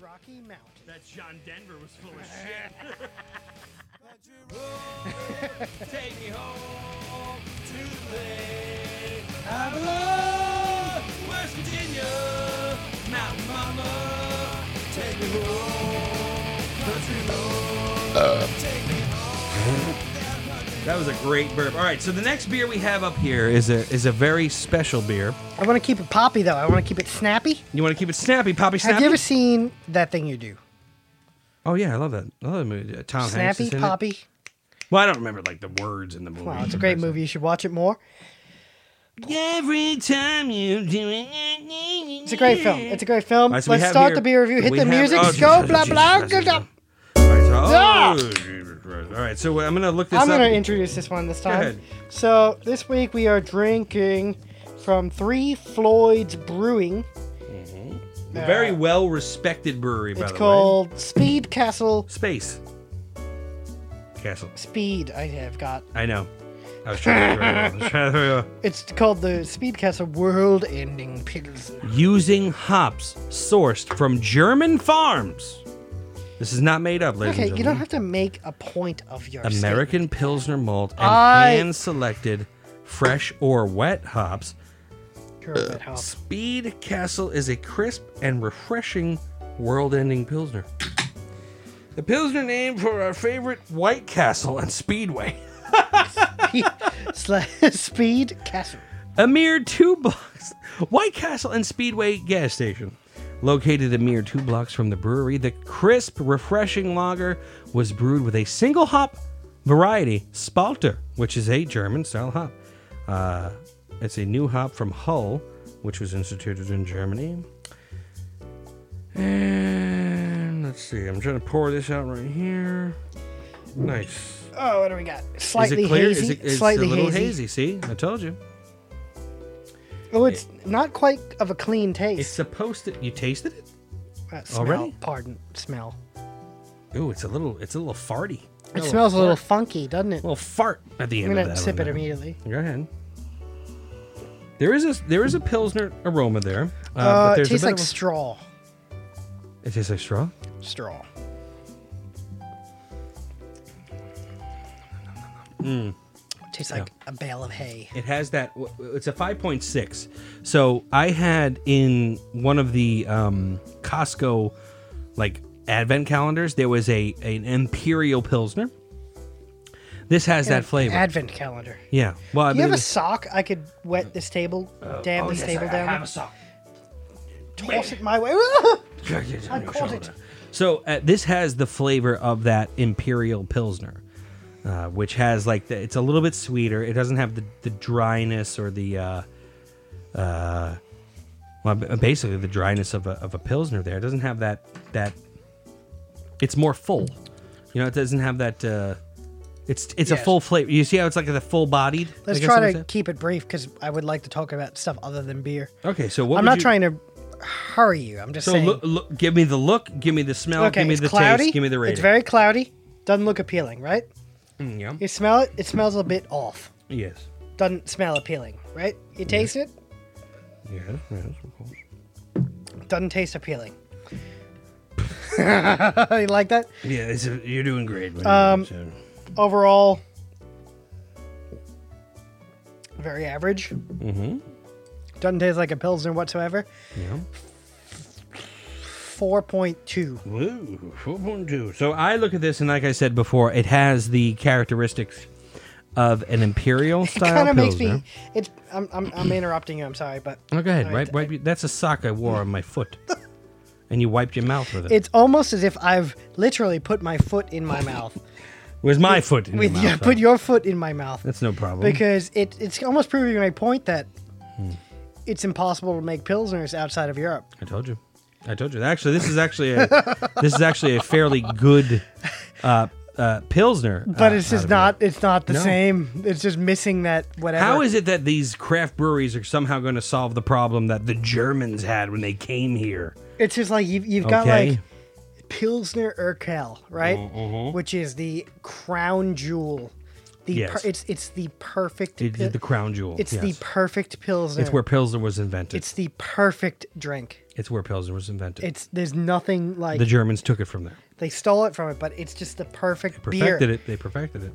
Rocky Mountain. That John Denver was full of shit. Take me home to the lake. West Virginia, Mountain Mama. Take me home, country road. Take me home. That was a great burp. All right, so the next beer we have up here is a is a very special beer. I want to keep it poppy though. I want to keep it snappy. You want to keep it snappy, Poppy Snappy? Have you ever seen that thing you do? oh yeah, I love that. I love that movie. Uh, Tom Hanks Snappy is in it. poppy. Well, I don't remember like the words in the movie. Wow, it's a great movie. You should watch it more. Every time you do it, It's a great film. It's a great film. All right, so we Let's have start here- the beer review. Hit we the have- music. oh, go Jesus blah blah. Christ, blah. Jesus. All right, so, Ah! oh, Jesus Christ. All right, so uh, I'm gonna look this I'm up. gonna introduce this one this time. ahead. So this week we are drinking from Three Floyds Brewing. A Very well respected brewery, by It's the way. called Speed Castle Space Castle. Speed. I have got. I know. I was trying to. I was trying to It's called the Speed Castle World Ending Pilsner. using hops sourced from German farms. This is not made up, ladies Okay, and you gentlemen. don't have to make a point of your American Pilsner malt and I- hand-selected fresh or wet hops. Uh, statement. Sure, Speed Castle is a crisp and refreshing world-ending Pilsner. The Pilsner named for our favorite White Castle and Speedway. Sla- Speed Castle. a mere two blocks. White Castle and Speedway gas station. Located a mere two blocks from the brewery, the crisp, refreshing lager was brewed with a single hop variety, Spalter, which is a German style hop. Uh, it's a new hop from Hull, which was instituted in Germany. And let's see, I'm trying to pour this out right here. Nice. Oh, what do we got? is Slightly it clear? hazy. Is it, it's slightly a little hazy. hazy. See, I told you. Oh, it's not quite of a clean It's taste. supposed to. You tasted it? Uh, smell, already? Pardon, smell. Ooh, it's a little, it's a little farty. It smells a little funky, doesn't it? little fart at the I'm end of gonna that. sip one it there. immediately. Go ahead. There is a there is a pilsner aroma there. Uh, Uh, but it there's tastes a bit like of a- straw. it tastes like straw. Straw. Mm. Tastes like a bale of hay. It has that. w- w- It's a five point six. So I had in one of the um, Costco like advent calendars there was a an imperial pilsner. This has that flavor. Advent calendar. yeah. Well, I Do you have mean, Uh, oh, a sock I could wet this table, dab this table down? with? sock. Toss it my way. I caught it. So uh, this has the flavor of that imperial pilsner, uh, which has like the, it's a little bit sweeter. It doesn't have the, the dryness or the uh, uh, well, b- basically the dryness of a, of a pilsner. There, it doesn't have that that. It's more full, you know. It doesn't have that. Uh, it's it's a Yes. full flavor. You see how it's like the full bodied. Let's try to keep it brief because I would like to talk about stuff other than beer. Okay, so what? I'm would not you- trying to hurry you. I'm just So saying. look, look, give me the look, give me the smell, okay, give me it's the cloudy. taste, give me the rating. It's very cloudy. Doesn't look appealing, right? Mm, yeah. You smell it. It smells a bit off. Yes. Doesn't smell appealing, right? You taste it. Yes, yes, of course. Doesn't taste appealing. you like that? Yeah, it's a, you're doing great. man. Um, So- Overall, very average. Mm-hmm. Doesn't taste like a pilsner whatsoever. yeah. Four point two. Woo, 4.2. So I look at this, and like I said before, it has the characteristics of an imperial It style. kind of makes me. Pilsner. It's. I'm, I'm. I'm interrupting you. I'm sorry, but Oh, go ahead. I- wipe, wipe, your- that's a sock I wore on my foot, and you wiped your mouth with it. it's almost as if I've literally put my foot in my mouth. it was my foot. In With your yeah, mouth, put though. your foot in my mouth. That's no problem. because it, it's almost proving my point that Hmm. it's impossible to make pilsners outside of Europe. I told you. I told you. Actually, this is actually a this is actually a fairly good uh, uh, pilsner. But uh, it's out just of it. not. It's not the No. same. It's just missing that whatever. How is it that these craft breweries are somehow going to solve the problem that the Germans had when they came here? It's just like you've, you've got Okay. Mm, like mm-hmm. pilsner Urquell, right? Which is the crown jewel the Yes. per, it's it's the perfect It- pil- the crown jewel. it's yes. the perfect pilsner. it's where Pilsner was invented. it's the perfect drink. It's where Pilsner was invented. It's there's nothing like the Germans took it from there. they stole it from it, but it's just the perfect beer. Perfected it. They perfected it.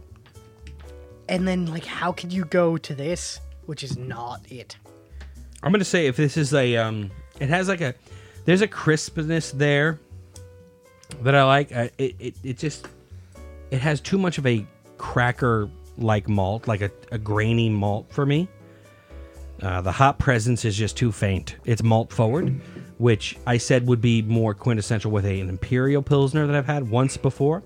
And then like how could you go to this, which is not it? I'm gonna say if this is a, um, it has like a, there's a crispness there that I like. I, it, it it just it has too much of a cracker like malt, like a, a grainy malt for me. Uh, the hop presence is just too faint. It's malt forward, which I said would be more quintessential with a, an imperial pilsner that I've had once before.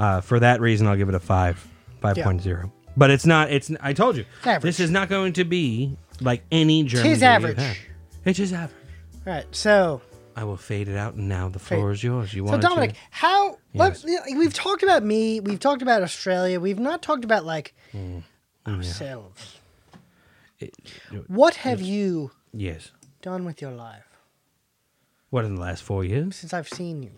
Uh, for that reason, I'll give it a five, five Yeah. point zero. But it's not. It's. I told you, Average. this is not going to be like any German. Tis beer you've average. had. It is average. All right, so I will fade it out, and now the floor Fade. is yours. You so want Dominic, how Yes. let, we've talked about me, we've talked about Australia, we've not talked about like Mm. ourselves. What have you Yes. done with your life What in the last four years? since I've seen you?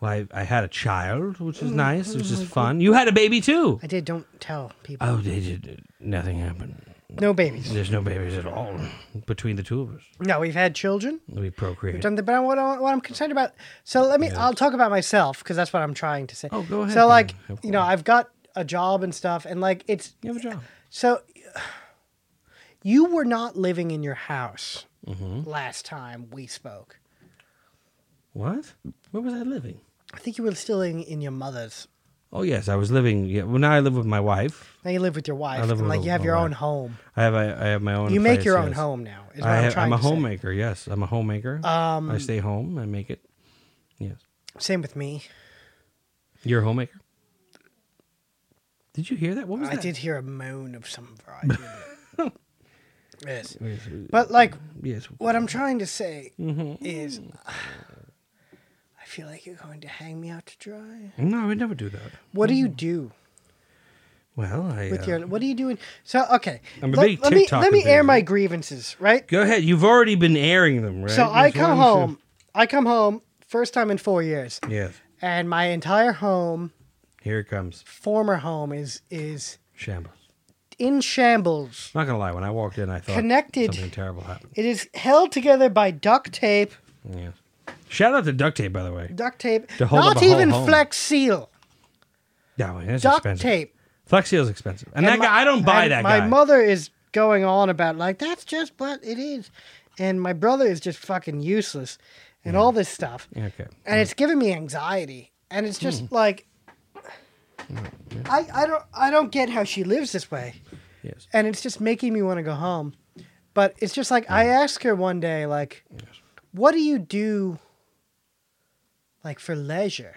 Well, I, I had a child, which Mm, is nice, which is fun. You had a baby too. I did. Don't tell people. Oh, they did. Nothing happened. no babies. There's no babies at all between the two of us. No, we've had children. We procreate. Done the, but what, I, what I'm concerned about. So let me. I'll talk about myself because that's what I'm trying to say. Oh, go ahead, So like, yeah, of you know, course. I've got a job and stuff, and like it's You have a job. so. You were not living in your house Mm-hmm. last time we spoke. What? Where was I living? I think you were still in, in your mother's. Oh yes, I was living. Yeah, well now I live with my wife. Now you live with your wife, live and with like you have my your wife. own home. I have a, I have my own. You make place, your own yes. home now. Is what I am have, trying I'm a to say. homemaker. Yes, I'm a homemaker. Um, I stay home. I make it. Yes, Same with me. you're a homemaker. Did you hear that? What was I that? did hear a moan of some variety. yes. But like Yes. what I'm trying to say Mm-hmm. is I feel like you're going to hang me out to dry. No, I would never do that. What do you do Well, I. with uh, your what are you doing? So okay. I'm a let, big let me TikTok let me air enthusiast. my grievances, right? Go ahead. You've already been airing them, right? So I That's why come you should- home. I come home first time in 4 years. Yes. And my entire home, Here it comes. former home is is Shambles. in shambles. Not gonna lie. When I walked in, I thought Connected. something terrible happened. It is held together by duct tape. Yes. Shout out to duct tape, by the way. Duct tape. To hold up Not a whole even home. flex seal. Yeah, well, that's Duct expensive. tape. Flex Seal's expensive, and, that my- guy I don't buy and that my guy. mother is going on about like that's just what it is, and my brother is just fucking useless, and all this stuff, okay. and it's giving me anxiety, and it's just Hmm. like, I I don't I don't get how she lives this way, Yes. and it's just making me want to go home, but it's just like I asked her one day like, what do you do, like for leisure,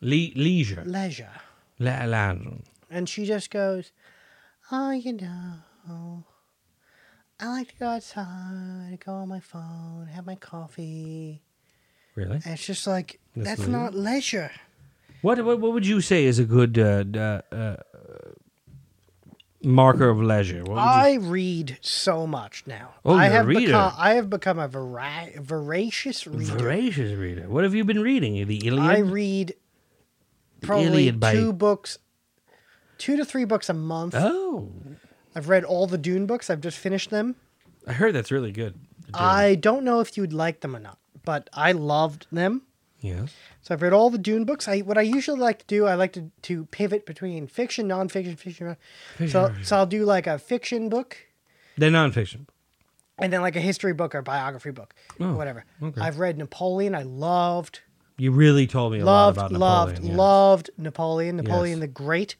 Le- leisure. leisure, La- la- And she just goes, Oh, you know, I like to go outside, go on my phone, have my coffee. Really? And it's just like, That's that's leisure. not leisure. What, what what would you say is a good uh, d- uh, uh, marker of leisure? What would you- I read so much now. Oh, I you're a have reader. become I have become a vari- voracious reader. voracious reader. What have you been reading? The Iliad. I read probably Iliad by- two books, two to three books a month. oh, I've read all the Dune books. I've just finished them. I heard that's really good. I don't know if you'd like them or not, but I loved them. yes. So I've read all the Dune books. I what I usually like to do, I like to, to pivot between fiction, nonfiction, fiction. non- So so I'll do like a fiction book They're nonfiction. and then like a history book or biography book, Oh, whatever. okay. I've read Napoleon. I loved, You really told me a loved, lot about loved, Napoleon. yeah. loved Napoleon. Napoleon Yes. the Great.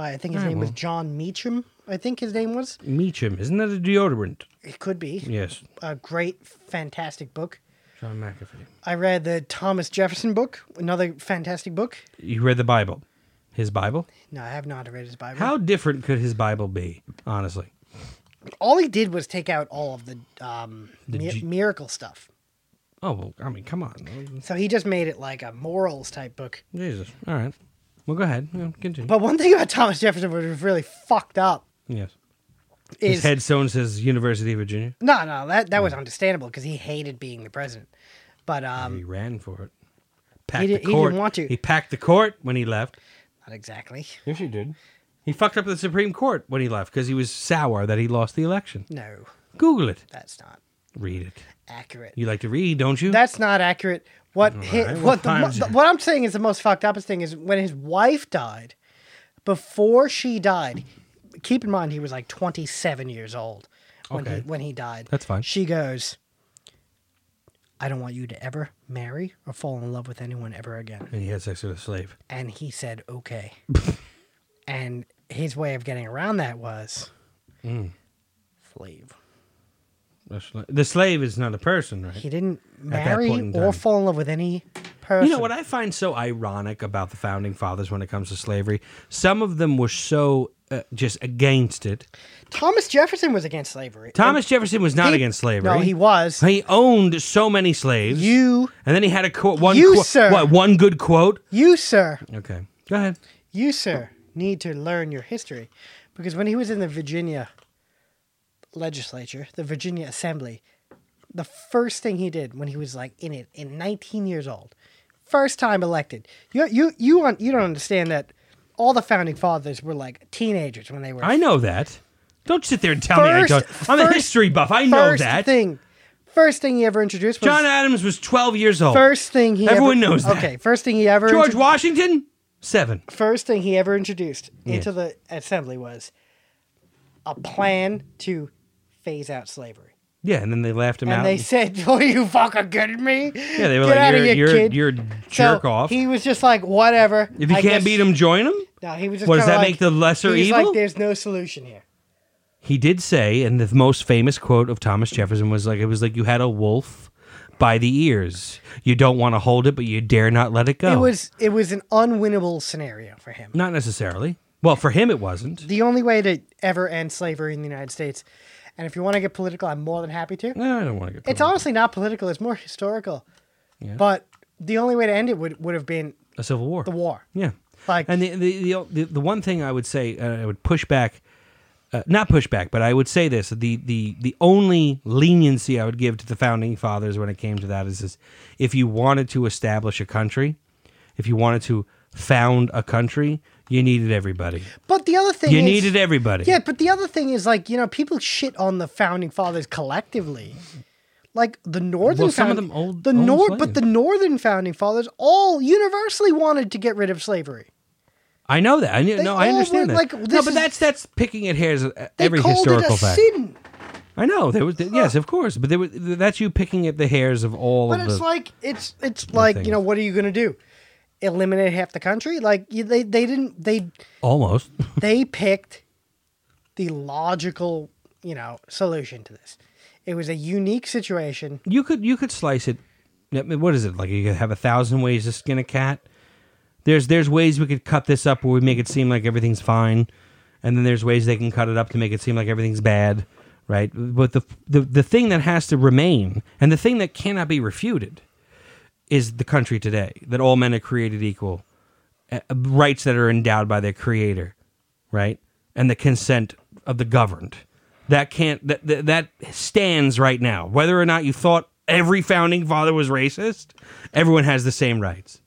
By I think his name was John Meacham. I think his name was. Meacham, isn't that a deodorant? It could be Yes. a great, fantastic book. John McAfee. I read the Thomas Jefferson book, another fantastic book. You read the Bible, his Bible. No, I have not read his Bible. How different could his Bible be? Honestly, all he did was take out all of the, um, mi- G- miracle stuff. oh well. I mean, come on, So he just made it like a morals type book. Jesus. All right. Well, go ahead. Yeah, Continue. But one thing about Thomas Jefferson which was really fucked up yes. is His headstone says University of Virginia. no, no, that that was understandable because he hated being the president. But um, He ran for it. Packed didn't- he the didn't court. want to. He packed the court when he left. not exactly. Yes, he did. He fucked up the Supreme Court when he left because he was sour that he lost the election. No, Google it. that's not Read it. accurate. You like to read, don't you? That's not accurate. What hit, right, what the, well, mo- times- what I'm saying is the most fucked up thing is when his wife died. Before she died, keep in mind he was like 27 years old when he Okay. when he died. That's fine. She goes, "I don't want you to ever marry or fall in love with anyone ever again." and he had sex with a slave. And he said, "Okay." and his way of getting around that was Mm. slave. A sla- The slave is not a person, right? He didn't that marry point in or time. fall in love with any person. You know what I find so ironic about the founding fathers when it comes to slavery? Some of them were so uh, just against it. Thomas Jefferson was against slavery. Thomas Jefferson was not He- against slavery. No, he was. He owned so many slaves. You, and then he had a quote. One You, quote- sir. What one good quote? you, sir, Okay, go ahead. you, sir, need to learn your history, because when he was in the Virginia legislature, the Virginia Assembly, the first thing he did when he was like in it, in 19 years old, first time elected, you, you, you, un- you don't understand that all the founding fathers were like teenagers when they were. I know that. Don't sit there and tell me I First- don't. I'm a first- history buff. I know First that. thing, first thing he ever introduced was John Adams was 12 years old. first thing he. Everyone ever, knows that. Okay, first thing he ever. George intro- Washington, seven. first thing he ever introduced into Yes. the assembly was a plan to phase out slavery. Yeah, and then they laughed him And out. they said, "Are you fucking kidding me? yeah, they were Get like, outta "You're here, you're, kid." you're So jerk off." He was just like, "Whatever." if you I can't guess- beat him, join him. no, he was just. What, does kinda that like- make the lesser he was evil? Like, there's no solution here. he did say, and the most famous quote of Thomas Jefferson was like, "It was like you had a wolf by the ears. You don't want to hold it, but you dare not let it go." It was it was an unwinnable scenario for him. not necessarily. Well, for him, it wasn't. The only way to ever end slavery in the United States, and if you want to get political, I'm more than happy to. No, I don't want to get. It's political. honestly not political; it's more historical. But the only way to end it would would have been a civil war. the war. Yeah. Like- and the the, the the the one thing I would say, uh, I would push back, uh, not push back, but I would say this: the the the only leniency I would give to the founding fathers when it came to that is this: if you wanted to establish a country, if you wanted to found a country, you needed everybody. But the other thing You is, needed everybody. Yeah, but the other thing is like you know people shit on the founding fathers collectively, like the northern. Well, some of found- them old- the owned north, but slaves. the northern founding fathers all universally wanted to get rid of slavery. I know that. I knew, They no, I all understand were that. like, no, this but is- that's that's picking at hairs. uh, They every called historical it a fact. sin, I know there was yes, of course, but there was that's you picking at the hairs of all but of it's the. like it's it's like thing you know is- what are you gonna do? Eliminate half the country? Like you- they they didn't they Almost. they picked the logical you know solution to this. It was a unique situation. You could you could slice it. I mean, What is it like? You could have a thousand ways to skin a cat. There's there's ways we could cut this up where we make it seem like everything's fine, and then there's ways they can cut it up to make it seem like everything's bad, right? But the the the thing that has to remain and the thing that cannot be refuted is the country today that all men are created equal, uh, rights that are endowed by their creator, right, and the consent of the governed. That can't that, that that stands right now. Whether or not you thought every founding father was racist, everyone has the same rights.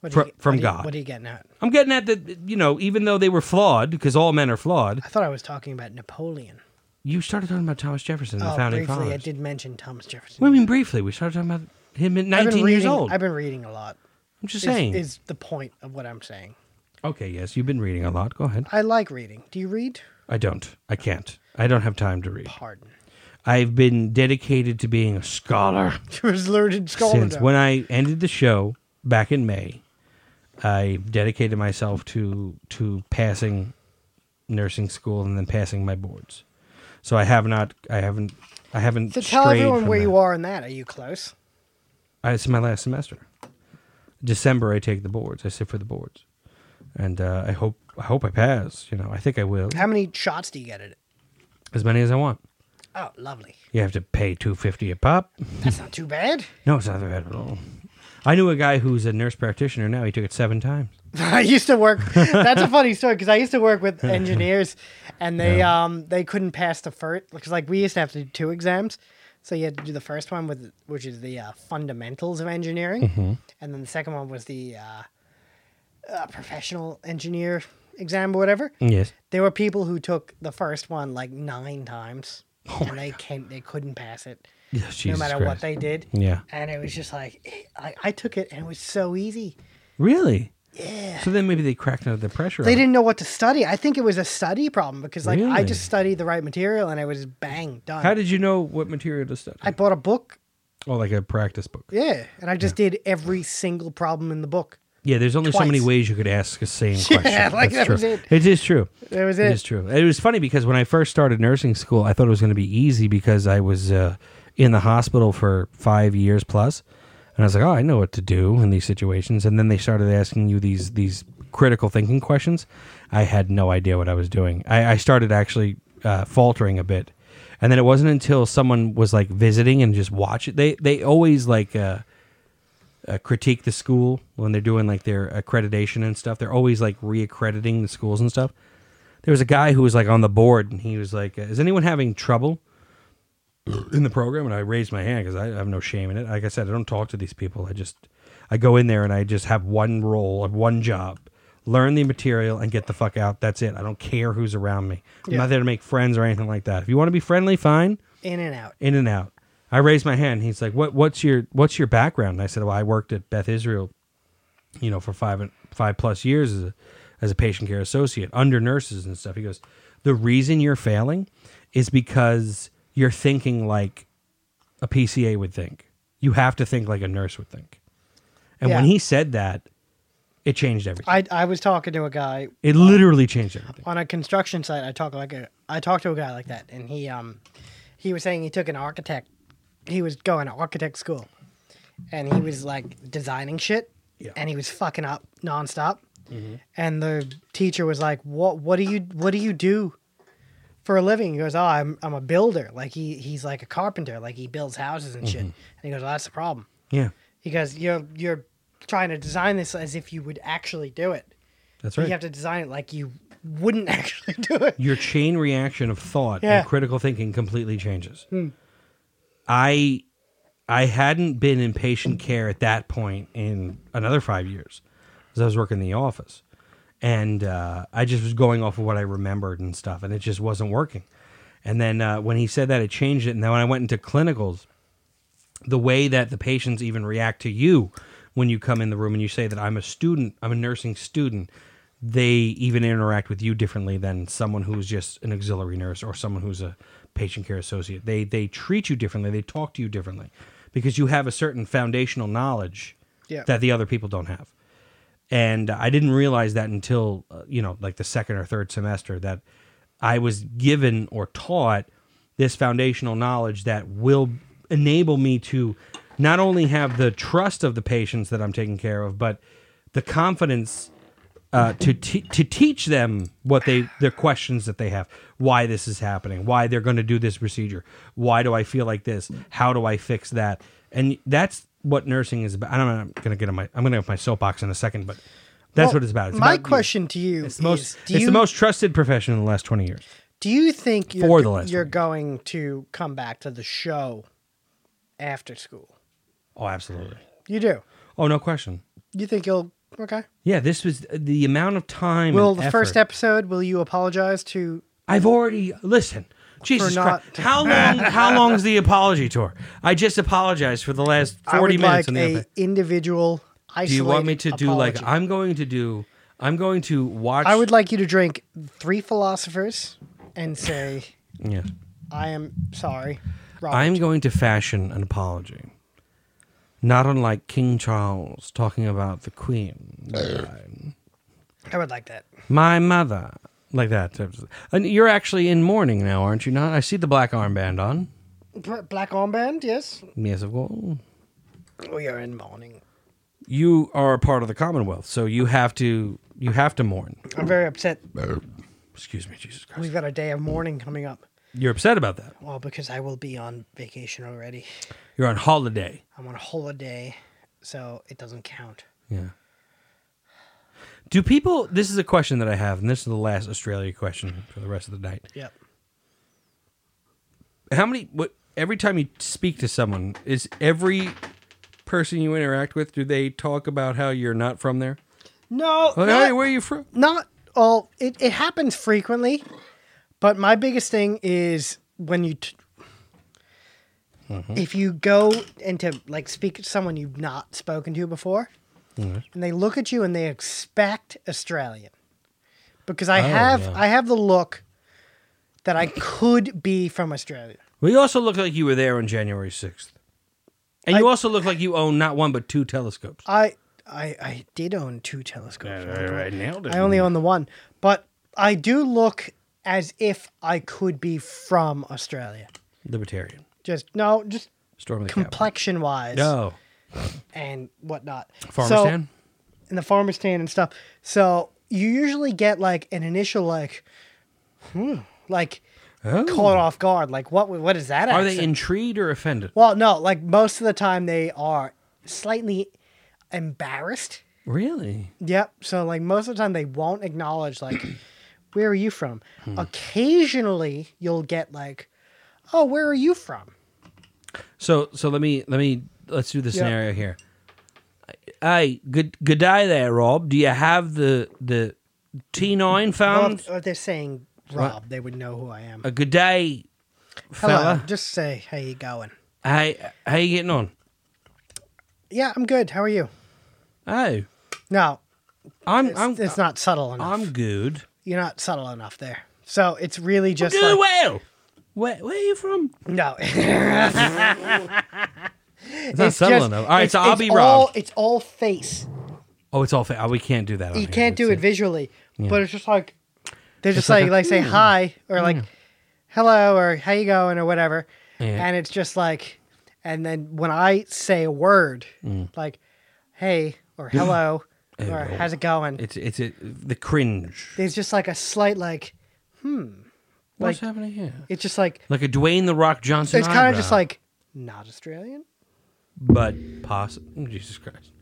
What Fro- do you- from what do you- God. what are you getting at? I'm getting at that. You know, even though they were flawed, because all men are flawed. I thought I was talking about Napoleon. You started talking about Thomas Jefferson, the Oh, founding briefly, fathers. I did mention Thomas Jefferson. What do you mean briefly? We started talking about him at 19 I've been years reading- old. I've been reading a lot. I'm just is- saying. is the point of what I'm saying. okay, yes, you've been reading a lot. Go ahead. I like reading. Do you read? I don't. I can't. I don't have time to read. Pardon. I've been dedicated to being a scholar You was learned scholar. since when I ended the show back in May. I dedicated myself to to passing nursing school and then passing my boards. So I have not. I haven't. I haven't. So tell strayed everyone from where that. you are in that. Are you close? I, it's my last semester. December, I take the boards. I sit for the boards, and uh, I hope I hope I pass. You know, I think I will. How many shots do you get at it? As many as I want. Oh, lovely. You have to pay two fifty a pop. That's not too bad. No, it's not that bad at all. I knew a guy who's a nurse practitioner now. He took it seven times. I used to work. That's a funny story because I used to work with engineers, and they um they couldn't pass the first because like we used to have to do two exams, so you had to do the first one with which is the uh, fundamentals of Mm-hmm. engineering, and then the second one was the uh, uh, professional engineer exam or whatever, Yes. there were people who took the first one like nine times, and they can't, they couldn't pass it, Yes, no Oh Jesus matter what Christ. Mm. they did. Yeah. And it was just like eh, I, I took it, and it was so easy. Really? Yeah. So then maybe they cracked under the pressure. They of it. didn't know what to study. I think it was a study problem because like I Really? just studied the right material, and it was bang done. How did you know what material to study? I bought a book, oh, like a practice book. Yeah, yeah, and I just did every single problem in the book. there's only so many Twice. ways you could ask the same question. like, That's that true. was it. It is true. That was It it. is true. It was funny because when I first started nursing school, I thought it was going to be easy because I was uh, in the hospital for five years plus, and I was like, "Oh, I know what to do in these situations." And then they started asking you these these critical thinking questions. I had no idea what I was doing. I, I started actually uh, faltering a bit, and then it wasn't until someone was like visiting and just watch it. They they always like. Uh, uh, critique the school when they're doing like their accreditation and stuff. They're always like reaccrediting the schools and stuff. There was a guy who was like on the board and he was like, "Is anyone having trouble in the program?" And I raised my hand because I have no shame in it. Like I said, I don't talk to these people. I just I go in there and I just have one role, and one job. Learn the material and get the fuck out. That's it. I don't care who's around me. I'm Yeah. not there to make friends or anything like that. If you want to be friendly, fine In and out. in and out. I raised my hand. He's like, "What? What's your What's your background?" And I said, "Well, I worked at Beth Israel, you know, for five and five plus years as a, as a patient care associate under nurses and stuff." He goes, "The reason you're failing is because you're thinking like a PCA would think. You have to think like a nurse would think." And when Yeah. he said that, it changed everything. I I was talking to a guy it literally changed everything. on a construction site. I talked like a I talked to a guy like that, and he um he was saying he took an architect. He was going to architect school, and he was like designing shit, Yeah. and he was fucking up nonstop. And the teacher was like, "What? What do you? What do you do?" For a living, he goes, "Oh, I'm I'm a builder. Like he he's like a carpenter. Like he builds houses and shit." And he goes, well, "That's the problem." Yeah, He goes, "You're you're trying to design this as if you would actually do it." that's You right. have to design it like you wouldn't actually do it. your chain reaction of thought Yeah. and critical thinking completely changes. I I hadn't been in patient care at that point in another five years, because I was working in the office, and uh, I just was going off of what I remembered and stuff, and it just wasn't working. And then uh, when he said that, it changed it. And then when I went into clinicals, the way that the patients even react to you when you come in the room and you say that I'm a student, I'm a nursing student, they even interact with you differently than someone who's just an auxiliary nurse or someone who's a patient care associate. They they treat you differently, they talk to you differently because you have a certain foundational knowledge Yeah. that the other people don't have. And I didn't realize that until, uh, you know, like the second or third semester that I was given or taught this foundational knowledge that will enable me to not only have the trust of the patients that I'm taking care of, but the confidence uh, to te- to teach them what they their questions that they have, why this is happening, why they're going to do this procedure, why do I feel like this, how do I fix that, and that's what nursing is about. I don't know, I'm going to get on my I'm going to have my soapbox in a second, but that's Well, what it's about. It's my about you. question to you It's the most is: Do it's you the most trusted profession in the last twenty years. do you think you're, for the last you're one. going to come back to the show after school? Oh, absolutely. You do. Oh, no question. You think you'll okay? Yeah, this was the amount of time. Will and the first effort- episode? Will you apologize to? I've already listen. Jesus not- Christ! How long? How long's the apology tour? I just apologized for the last I forty would minutes. like on the a episode. individual. Do you want me to isolated do like apology. I'm going to do? I'm going to watch. I would like you to drink three philosophers and say, Yeah. "I am sorry." Robert. I'm going to fashion an apology, not unlike King Charles talking about the Queen. I would like that. My mother, like that. And you're actually in mourning now, aren't you? Not. I see the black armband on. Br- Black armband, yes. Yes, of course. We are in mourning. You are a part of the Commonwealth, so you have to. You have to mourn. I'm very upset. Excuse me, Jesus Christ. We've got a day of mourning coming up. You're upset about that. Well, because I will be on vacation already. You're on holiday. I'm on holiday, so it doesn't count. Yeah. Do people? This is a question that I have, and this is the last Australia question for the rest of the night. Yep. How many? What? Every time you speak to someone, is every person you interact with? Do they talk about how you're not from there? No, Like, not, hey, where are you from? not all it, it happens frequently, but my biggest thing is when you t- if you go and to like speak to someone you've not spoken to before, and they look at you and they expect Australian, because I have yeah. I have the look that I could be from Australia. Well, you also look like you were there on January 6th. And you also look like you own not one but two telescopes. I I I did own two telescopes. right? nailed I only own the one, but I do look as if I could be from Australia. Libertarian. Just no, just Storm of the Capitol. complexion wise No. and whatnot. Farmer's so, Town? And the farmer's tan and stuff. So you usually get like an initial like, hmm, like Oh. caught off guard. Like what? What is that? Are they accent? intrigued or offended? Well, no. Like most of the time they are slightly embarrassed. Really? Yep. So like most of the time they won't acknowledge like where are you from? Hmm. Occasionally you'll get like, "Oh, where are you from?" So so let me let me let's do the Yeah. scenario here. Hey, good good day there, Rob. Do you have the the T nine Well, phone? if, if they're saying Rob, they would know who I am. Um, A good day, Hello. fella. Just say, "How you going?" Hey, how you getting on? Yeah, I'm good. How are you? Oh, No, I'm it's, I'm it's not subtle enough. I'm good. You're not subtle enough there. So it's really just Doing like, well. Where where are you from? no. It's not subtle just- enough. All right, it's- so I'll it's be all, Rob. It's all face. Oh, it's all fa- oh, we can't do that. on you here. can't do it It's- visually, but it's just like they're just, like like, a, like say hi or like hello or how you going or whatever, Yeah. and it's just like, and then when I say a word Mm. like hey or hello or well, how's it going, It's it's it, the cringe. there's just like a slight like What's like- happening here? it's just like Like a Dwayne the Rock Johnson. it's kind of eyebrow. just like not Australian. but possible. Jesus Christ.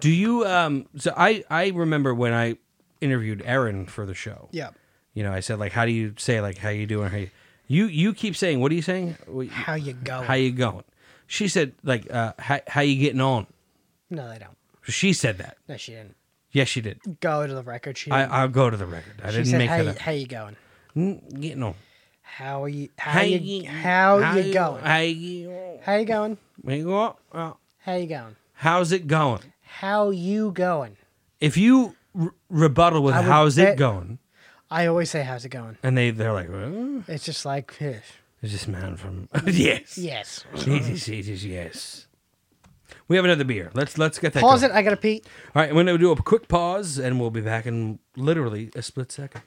Do you um so I I remember when I interviewed Aaron for the show. Yeah. You know, I said like how do you say like how you doing? How you you, you keep saying what are you saying? What- How you going? How you going? She said like uh how, how you getting on? no, they don't. She said that. No, she didn't. Yes, she did. Go to the record. She, I didn't. I'll go to the record. I she didn't said, make how, that you- up. how you going? Mm, Getting on. How are you? How, you, How, you going? How you, How you going? how you going? Uh, How you going? How's it going? How you going? If you re- rebuttal with I would how's it bet- going, I always say how's it going. and they they're like, "Uh, It's just like eh, Is this man from? yes. yes. It is. It is. Yes. We have another beer. Let's let's get that. Pause going. it. I gotta pee. All right, I'm going to do a quick pause, and we'll be back in literally a split second.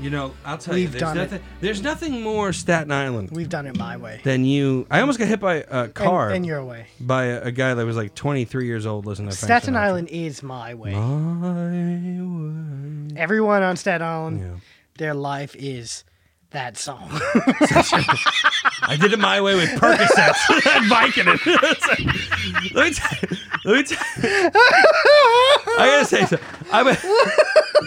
You know, I'll tell you, We've there's done it. nothing. There's nothing more Staten Island We've done it my way. than you. I almost got hit by a car And, and your way. by a, a guy that was like 23 years old. Listening to Frank Staten Sinatra. Island is my way. My way. Everyone on Staten Island, Yeah. their life is that song. I did it my way with Percocets and biking it. let me tell let me tell I gotta say something. I'm,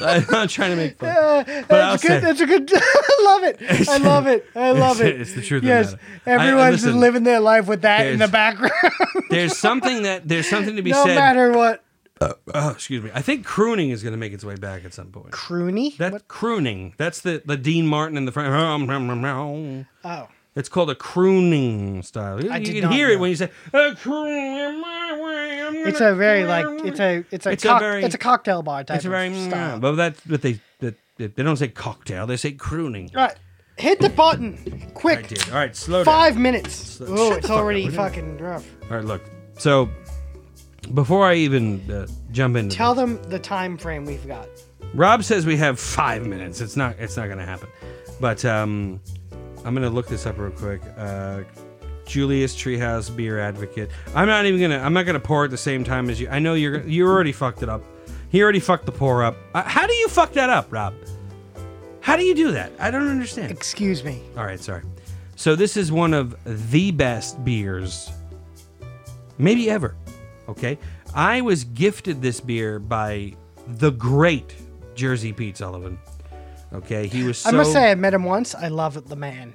I'm not trying to make fun. that's I'll good. say- That's a good. I love it. I love it. I love it's- it. it's the truth of the Yes, matter. I- I- everyone's just listen, living their life with that in the there's- background, There's something that there's something to be no said. matter what. Oh, excuse me. I think crooning is gonna make its way back at some point. Croony. That What? crooning. That's the, the Dean Martin and the friend. Oh. It's called a crooning style. You, I did can not hear it know. when you say a crooning my way. I'm It's gonna a very croon like my way." it's a it's a It's it's, a cock, very- it's a cocktail bar type It's a of very mm, style. but that's what they that, that- they don't say cocktail. They say crooning. All right, hit the button, Oh, I quick. did. All right, slow Five minutes. Shut Oh, the it's fuck up, already would you? fucking rough. down. All right, look. So before I even uh, jump into Tell this, them the time frame we've got. Rob says we have five minutes. It's not. It's not going to happen. But um, I'm going to look this up real quick. Uh, Julius Treehouse beer advocate. I'm not even gonna. I'm not gonna pour at the same time as you. I know you're. You already fucked it up. He already fucked the pour up. Uh, how do you fuck that up, Rob? How do you do that? I don't understand. Excuse me. All right, sorry. So this is one of the best beers, maybe ever. Okay, I was gifted this beer by the great Jersey Pete Sullivan. Okay, he was. So, I must say, I met him once. I love the man.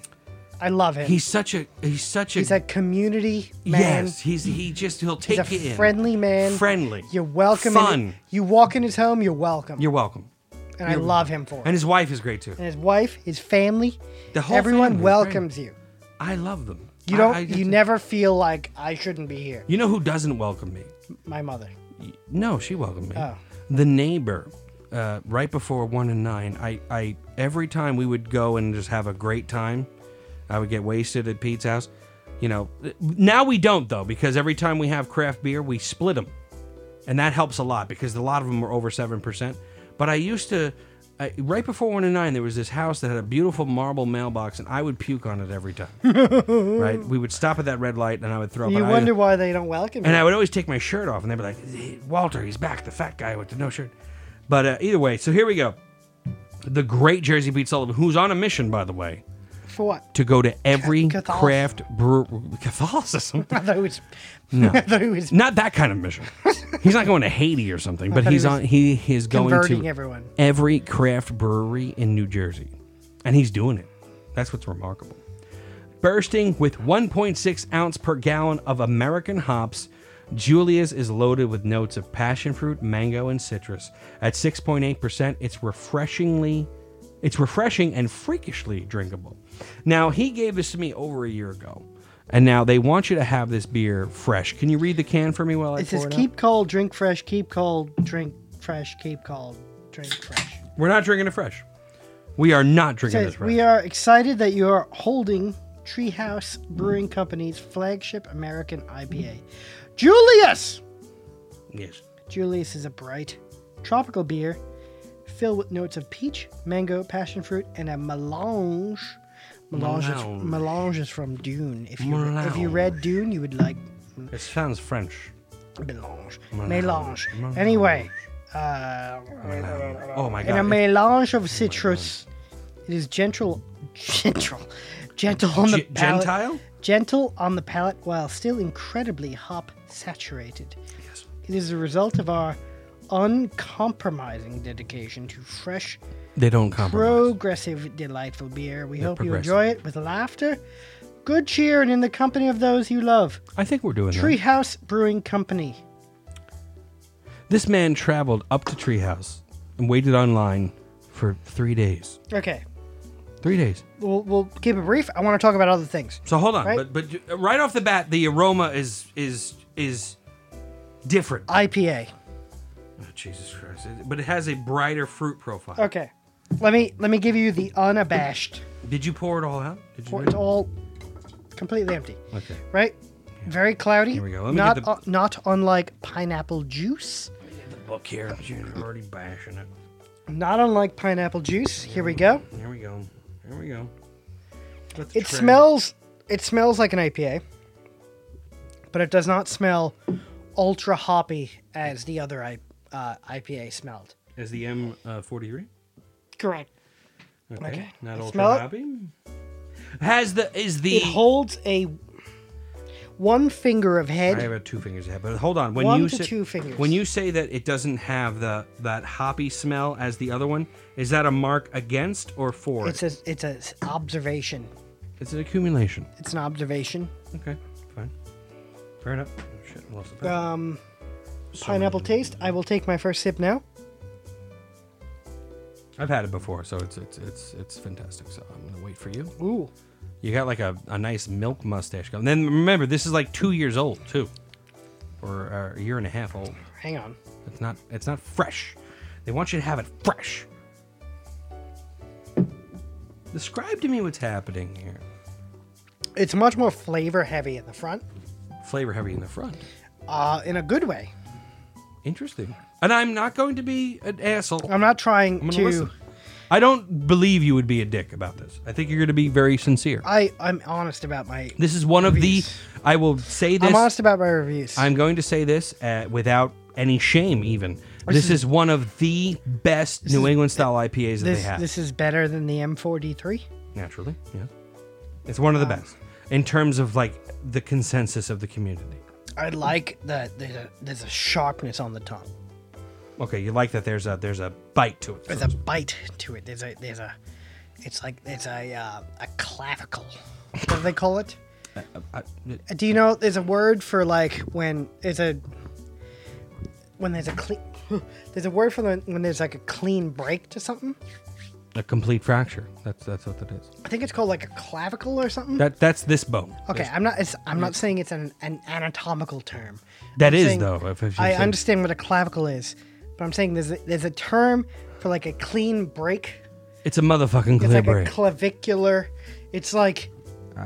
I love him. he's such a he's such a He's a community man. Yes, he's he just he'll He's take a you in. friendly man. Friendly. You're welcome. in- Fun. you walk in his home, you're welcome. You're welcome. and I love him for it. And his wife is great too. And his wife, his family, The whole everyone family, right. welcomes you. I love them. You I- don't. I just- you never feel like I shouldn't be here. You know who doesn't welcome me? My mother. No, she welcomed me. Oh. The neighbor, uh, right before one and nine, I, I every time we would go and just have a great time, I would get wasted at Pete's house. You know, now we don't though because every time we have craft beer, we split them, and that helps a lot because a lot of them are over seven percent. But I used to. I, right before one and nine, there was this house that had a beautiful marble mailbox, and I would puke on it every time. right, we would stop at that red light, and I would throw. up. You and I- wonder why they don't welcome and you. I would always take my shirt off, and they'd be like, "Hey, Walter, he's back, the fat guy with the no shirt. But uh, either way, so here we go. The great Jersey Pete Sullivan, who's on a mission, by the way, for what? to go to every Catholicism. craft brewer Catholicism. I thought it was. I thought it was not that kind of mission. He's not going to Haiti or something, but thought he he's was on. He is going converting to everyone. every craft brewery in New Jersey, and he's doing it. That's what's remarkable. Bursting with 1.6 ounce per gallon of American hops, Julia's is loaded with notes of passion fruit, mango, and citrus. At 6.8%, it's refreshingly, it's refreshing and freakishly drinkable. Now he gave this to me over a year ago, and now they want you to have this beer fresh. Can you read the can for me while I It pour says it out? keep cold, drink fresh, keep cold, drink fresh, keep cold, drink fresh. We're not drinking it fresh. We are not drinking It this says, fresh. we are excited that you are holding Treehouse Brewing Company's flagship American IPA. Julius! yes. Julius is a bright, tropical beer filled with notes of peach, mango, passion fruit, and a melange. Melange, is- Melange. melange. is from Dune. If you, if you read Dune, you would like It sounds French. melange. Melange. Melange. Melange. Anyway, uh, Oh my in god. a melange of citrus, it is gentle, gentle, gentle on the Ge- palate. gentile? Gentle on the palate while still incredibly hop saturated. Yes. It is a result of our uncompromising dedication to fresh, They don't compromise. progressive, delightful beer. We hope you progressive. enjoy it with laughter, good cheer, and in the company of those you love. I think we're doing that. Treehouse Brewing Company. This man traveled up to Treehouse and waited online for three days. Okay, Three days. we'll, we'll keep it brief. I want to talk about other things. So hold on, Right. but but j- right off the bat, the aroma is is is different. IPA. Oh, Jesus Christ! It- But it has a brighter fruit profile. Okay, let me let me give you the unabashed. Did you pour it all out? Did you? It's all completely empty. Okay. Right? Very cloudy. Here we go. Let me not get the- uh, not unlike pineapple juice. Get the book here. You're already bashing it. Not unlike pineapple juice. Here we go. Here we go. Here we go. Let's It try. smells it smells like an IPA. But it does not smell ultra hoppy as the other I, uh, IPA smelled. as the M forty three. Correct. Okay. Okay. Not I ultra smell it. hoppy. Has the is the It holds a one finger of I have head. a two fingers ahead, but hold on. When One you to say, two fingers. When you say that it doesn't have the that hoppy smell as the other one, is that a mark against or for? It's it? a it's a s- observation. it's an accumulation. It's an observation. Okay, fine. Fair enough. Oh, shit, I lost the pen. Um, pineapple taste. I will take my first sip now. I've had it before, so it's it's it's it's fantastic. So I'm gonna wait for you. Ooh. You got like a, a nice milk mustache going. Then remember, this is like two years old too, or uh, a year and a half old. Hang on. It's not it's not fresh. They want you to have it fresh. Describe to me what's happening here. It's much more flavor heavy in the front, Flavor heavy in the front. uh, in a good way. Interesting. And I'm not going to be an asshole. I'm not trying I'm gonna to. listen. I don't believe you would be a dick about this. I think you're going to be very sincere. I I'm honest about my. This is one of the. Reviews. I will say this. I'm honest about my reviews. I'm going to say this uh, without any shame, even. This is one of the best New England style IPAs that this they have. this is better than the M4D3. Naturally, yeah. It's one of the best in terms of like the consensus of the community. I like that there's a, there's a sharpness on the tongue. Okay, you like that? There's a there's a bite to it. There's a bite to it. There's a there's a it's like it's a uh, a clavicle. What do they call it? I- Do you know there's a word for like when there's a when there's a clean there's a word for when, when there's like a clean break to something. a complete fracture. That's that's what that is. I think it's called like a clavicle or something. That that's this bone. okay, I'm not it's, I'm not saying it's an, an anatomical term. That I'm is, saying- though, if- if you I think- understand what a clavicle is, but I'm saying there's a, there's a term for like a clean break. It's a motherfucking It's clear like break. a clavicular. It's like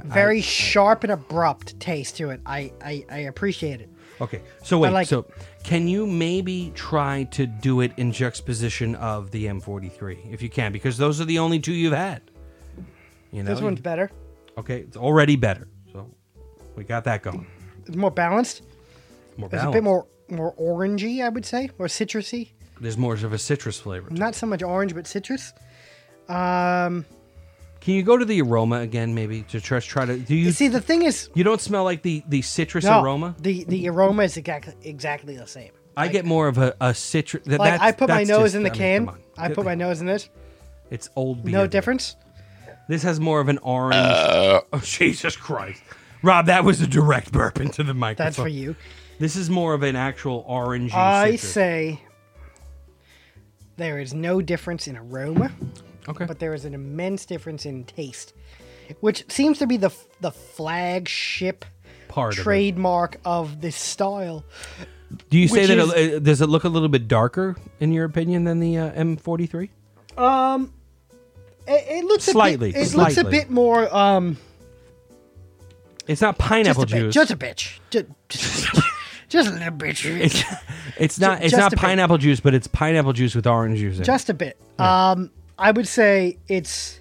very sharp and abrupt taste to it. I I, I appreciate it. okay, so wait. like- so can you maybe try to do it in juxtaposition of the M43 if you can, because those are the only two you've had. You know. This one's better. okay, it's already better. So we got that going. It's more balanced. More It's a bit more more orangey, I would say, or citrusy. There's more of a citrus flavor. Not so much orange, but citrus. Can you go to the aroma again, maybe to try, try to? Do you You see, the thing is, You don't smell like the the citrus no, aroma. The the aroma is exactly exactly the same. I get more of a, a citrus. That, Like I that's- put my that's nose just- in the I mean, can. come on. I put my nose in it. It's old beer. No difference. This has more of an orange. oh Jesus Christ, Rob! That was a direct burp into the microphone. That's for you. This is more of an actual orange. I citrus. say there is no difference in aroma, Okay. but there is an immense difference in taste, which seems to be the the flagship Part of it. trademark of, this style. Do you say which that is- it, uh, does it look a little bit darker in your opinion than the uh, M43? It, it looks Slightly, A bit, it looks a slightly. bit more um It's not pineapple just a bit, juice. just a bitch, just, just, just a little bitch, it's not. It's just not a bit. pineapple juice, but it's pineapple juice with orange juice. In it. just a bit. Um, I would say it's.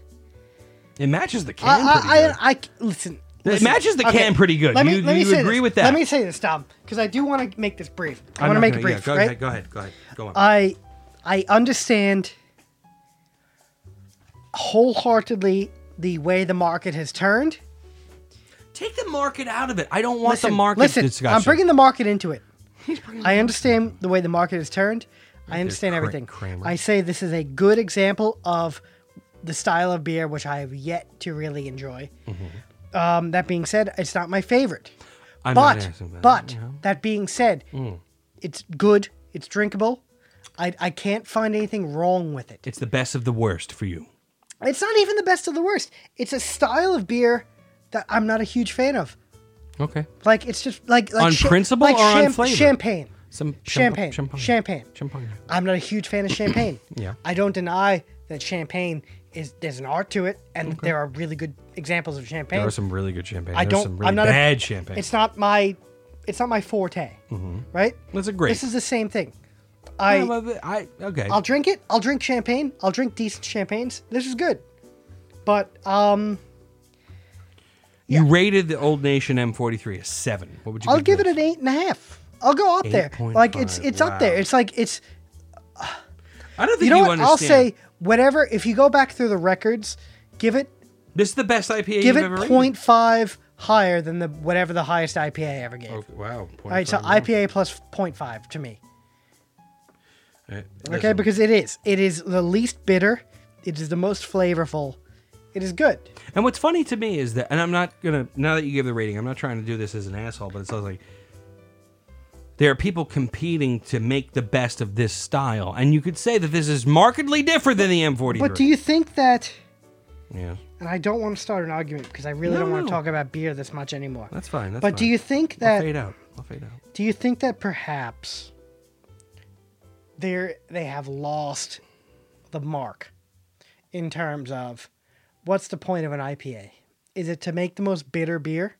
it matches the can. pretty I, good. I, I, I listen. It listen, matches the can pretty good. You- you say agree this. with that? Let me say this, Tom, because I do want to make this brief. I I'm want not to make it gonna- yeah, brief, go right? Ahead, Uh, go ahead. Go ahead. Go on. I, I understand wholeheartedly the way the market has turned. Take the market out of it. I don't want Listen, the market listen, discussion. I'm bringing the market into it. I understand the way the market has turned. I understand Kra- everything. Kramer. I say this is a good example of the style of beer which I have yet to really enjoy. Um, that being said, it's not my favorite. Mm-hmm. I'm not but asking about that, but Mm-hmm. Mm. you know? that being said, it's good. It's drinkable. I, I can't find anything wrong with it. it's the best of the worst for you. It's not even the best of the worst. It's a style of beer that I'm not a huge fan of. Okay. Like it's just like, like On cha- principle like or on cham- flavor? Champagne. Some champagne. champagne. Champagne. Champagne. I'm not a huge fan of champagne. Yeah. I don't deny that champagne is there's an art to it, and there are really good examples of champagne. There are some really good champagne. I There's don't. some really I'm not a- bad champagne. It's not my. It's not my forte. Right. Mm-hmm. That's a grape. This is the same thing. I, I. I, okay. I'll drink it. I'll drink champagne. I'll drink decent champagnes. This is good. But um, You rated the Old Nation M43 a seven. What would you? I'll give it an eight and a half. I'll go up there. Like it's 8.5, it's up there. wow. It's like it's I don't think you you, know what understand. I'll say. Whatever. If you go back through the records, give it This is the best IPA give you've it ever rated. 0.5 higher than the whatever the highest IPA ever gave. Okay, wow. All right, so IPA plus 0.5 to me. Okay, Okay, because it is. It is the least bitter. It is the most flavorful. It is good. And what's funny to me is that, and I'm not gonna now that you give the rating, I'm not trying to do this as an asshole, but it's also like there are people competing to make the best of this style, and you could say that this is markedly different than the M43. But do you think that? Yeah, And I don't want to start an argument because I really No, don't want no. to talk about beer this much anymore. that's fine. That's but do fine. you think I'll that? fade out? I'll fade out. Do you think that perhaps they they have lost the mark in terms of what's the point of an IPA? Is it to make the most bitter beer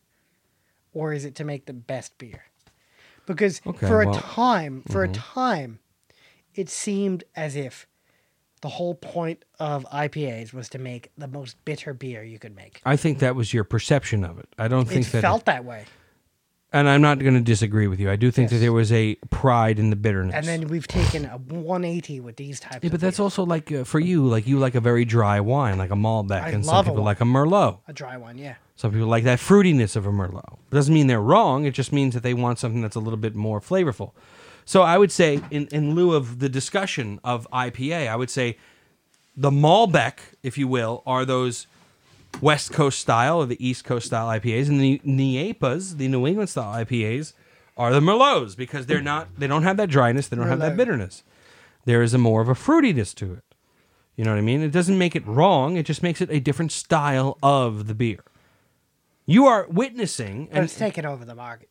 or is it to make the best beer? Because Okay, mm-hmm. for a well, time, for a time it seemed as if the whole point of IPAs was to make the most bitter beer you could make. I think that was your perception of it. I don't It think that, felt that way. and I'm not going to disagree with you. I do think that Yes. there was a pride in the bitterness. And then we've taken a 180 with these types. yeah, of but that's beers. also like uh, for you, like you like a very dry wine, like a Malbec, I and some love a people wine. like a Merlot. a dry one. Yeah, Some people like that fruitiness of a Merlot. It doesn't mean they're wrong. It just means that they want something that's a little bit more flavorful. So I would say, in, in lieu of the discussion of IPA, I would say the Malbec, if you will, are those West Coast style or the East Coast style IPAs, and the Niepas, the New England style IPAs, are the Merlots because they're not they don't have that dryness, they don't have that Merlot. bitterness. There is a more of a fruitiness to it. You know what I mean? It doesn't make it wrong. It just makes it a different style of the beer. You are witnessing, but and it's taken over the market.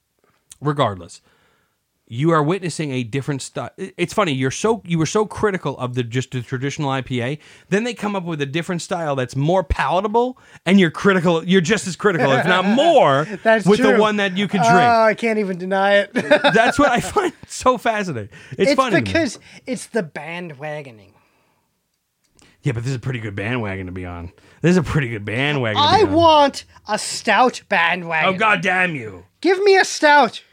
regardless, you are witnessing a different style. It's funny. You're so you were so critical of the just the traditional IPA. Then they come up with a different style that's more palatable, and you're critical. You're just as critical, if not more, That's with the true. one that you can Oh, drink. I can't even deny it. it's that's what I find so fascinating. It's, funny to me. because it's the bandwagoning. yeah, but this is a pretty good bandwagon to be on. This is a pretty good bandwagon. to be I on. want a stout Oh bandwagon. God damn you! Give me a stout.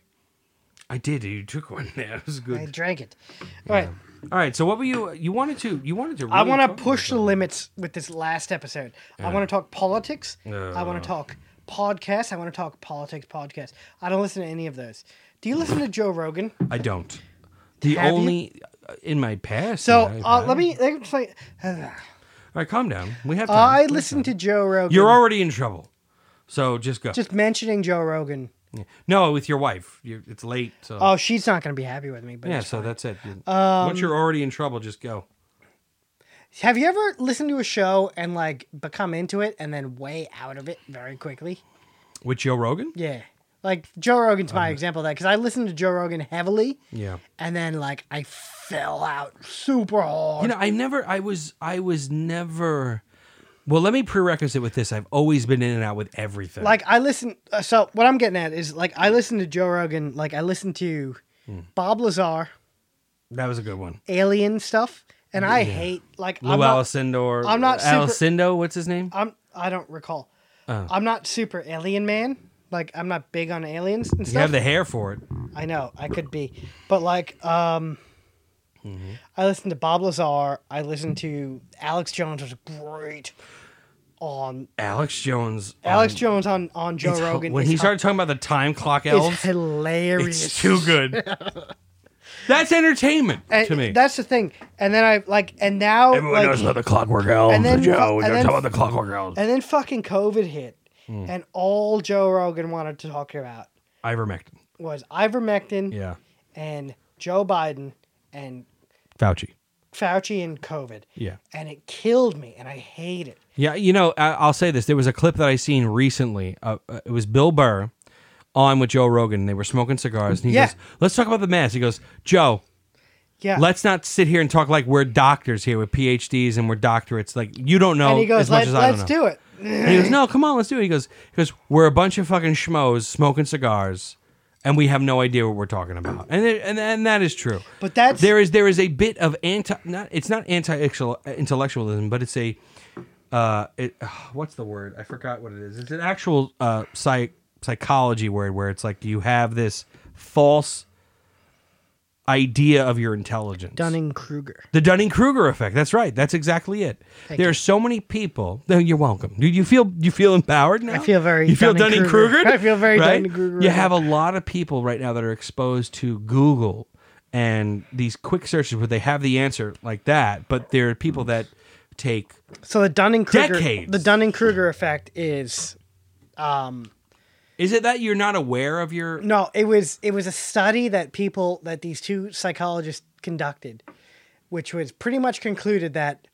I did. You took one. Yeah, it was good. I drank it. All right. All right. So what were you? You wanted to. You wanted to. Really I want talk to push the limits with this last episode. I want to talk politics. I want to talk podcasts. I want to talk politics podcasts. I don't listen to any of those. Do you listen to Joe Rogan? I don't. The Have you? only uh, in my past. So yeah, I- uh, let me. Let me say, All right, calm down. We have. Time. I Please listen calm to Joe Rogan. down. You're already in trouble. So just go. just mentioning Joe Rogan. no, with your wife. You're, it's late. So Oh, she's not going to be happy with me. But yeah. it's So fine. Um, that's it. Once you're already in trouble, just go. have you ever listened to a show and like become into it and then way out of it very quickly? With Joe Rogan. Yeah. Like Joe Rogan's Um, my example of that because I listened to Joe Rogan heavily. Yeah. And then like I fell out super hard. You know, I never. I was. I was never. Well, let me prerequisite with this. I've always been in and out with everything. like I listen. uh, So what I'm getting at is like I listen to Joe Rogan. Like I listen to Hmm. Bob Lazar, that was a good one. alien stuff, and I hate like Lou I'm not, Alcindor. I'm not super- Alcindo. What's his name? I'm I don't recall. Oh. I'm not super alien man. Like I'm not big on aliens and You have stuff. the hair for it. I know I could be, but like um, Mm-hmm. I listen to Bob Lazar. I listen to Alex Jones was great on Alex Jones. Alex um, Jones on on Joe it's- Rogan. When is he started talking about the time clock It's elves, hilarious. it's too good. That's entertainment And to me. That's the thing. And then I like, and now like, the clockwork elves, and then fu- and then- the clockwork elves. and then fucking COVID hit, Hmm. and all Joe Rogan wanted to talk about Ivermectin. was ivermectin, Yeah. and Joe Biden, and Fauci. Fauci and COVID. Yeah. and it killed me, and I hate it. Yeah, you know, I, I'll say this. There was a clip that I seen recently. Uh, uh, it was Bill Burr on with Joe Rogan. and They were smoking cigars, and he Yeah. goes, "Let's talk about the mask." He goes, "Joe, Yeah. let's not sit here and talk like we're doctors here with PhDs and we're doctorates. Like you don't know and he goes, Oh, as much Let, as I don't let's know." do it. And he goes, "No, come on, let's do it." He goes, "He goes, we're a bunch of fucking schmoes smoking cigars, and we have no idea what we're talking about." And it, and, and that is true. But that's- there is there is a bit of anti not it's not anti intellectualism, but it's a uh it ah, what's the word? I forgot what it is. It's an actual uh psych psychology word where it's like you have this false idea of your intelligence. Dunning Kruger. The Dunning Kruger effect. That's right. That's exactly it. Thank there you. are so many people. No, You're welcome. You, you feel you feel empowered now. I feel very You feel Dunning Dunning-Kruger. Kruger. I feel very Dunning-Kruger You right have a lot of people right now that are exposed to Google and these quick searches where they have the answer like that, but there are people that take So the Dunning Kruger. Decades. The Dunning Kruger effect is Is it that you're not aware of your No, it was it was a study that people that these two psychologists conducted, which was pretty much concluded that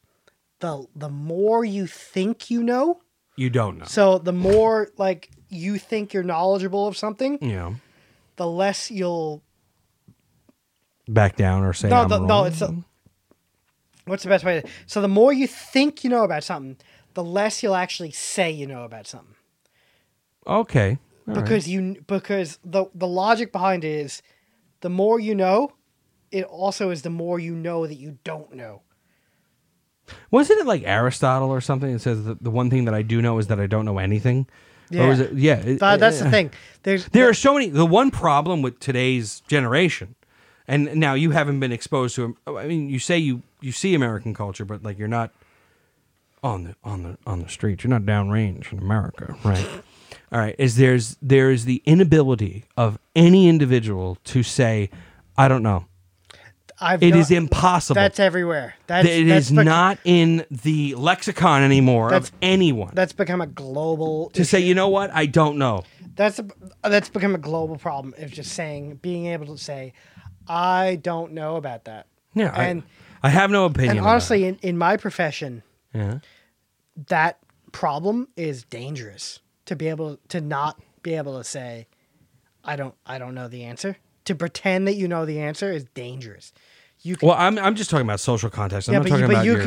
the the more you think you know, you don't know. so the more like you think you're knowledgeable of something, you know. the less you'll Back down or say no I'm the, no wrong. it's a, what's the best way? To, so the more you think you know about something, the less you'll actually say you know about something. okay. All right. because you because the the logic behind it is the more you know it also is the more you know that you don't know Wasn't it like Aristotle or something? It says that the one thing that I do know is that I don't know anything. Or was Yeah. it, yeah. it- Uh, that's the thing. There's There are so many. The one problem with today's generation, and now you haven't been exposed to. I mean, you say you you see American culture, but like you're not on the on the on the streets. You're not downrange in America, right? All right. Is there's there is the inability of any individual to say, I don't know. I've It no- is impossible. That's everywhere. That's, It that's is bec- not in the lexicon anymore That's- of anyone That's become a global. to say, you know what, I don't know. that's a, that's become a global problem. Is just saying, being able to say, I don't know about that. Yeah, and I, I have no opinion. and about it. honestly, in, in my profession, yeah. that problem is dangerous. To be able to not be able to say, I don't, I don't know the answer. To pretend that you know the answer is dangerous. You can Well, I'm, I'm just talking about social context. I'm not talking about your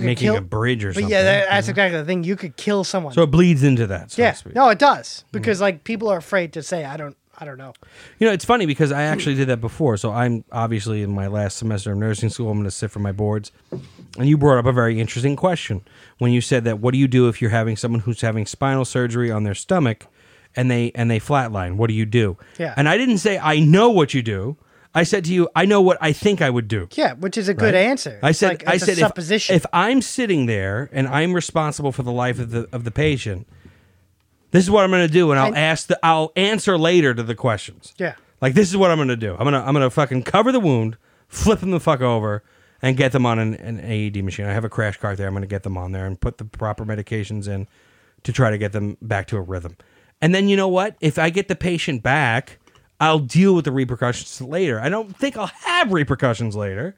making a bridge or but something. yeah, that, that's exactly the thing. You could kill someone. so it bleeds into that. So to Mm-hmm. yeah, speak. no, it does because like people are afraid to say I don't, I don't know. You know, it's funny because I actually did that before. So I'm obviously in my last semester of nursing school. I'm going to sit for my boards. And you brought up a very interesting question when you said that what do you do if you're having someone who's having spinal surgery on their stomach and they and they flatline? What do you do? Yeah. And I didn't say I know what you do. I said to you, I know what I think I would do. Yeah, which is a good answer. I It's said, like, I it's a said, if- supposition. If, I'm sitting there and I'm responsible for the life of the of the patient, this is what I'm going to do, and I'll And- ask the, I'll answer later to the questions. Yeah. like this is what I'm going to do. I'm gonna, I'm gonna fucking cover the wound, flip them the fuck over, and get them on an, an AED machine. I have a crash cart there. I'm going to get them on there and put the proper medications in to try to get them back to a rhythm. And then you know what? If I get the patient back, I'll deal with the repercussions later. I don't think I'll have repercussions later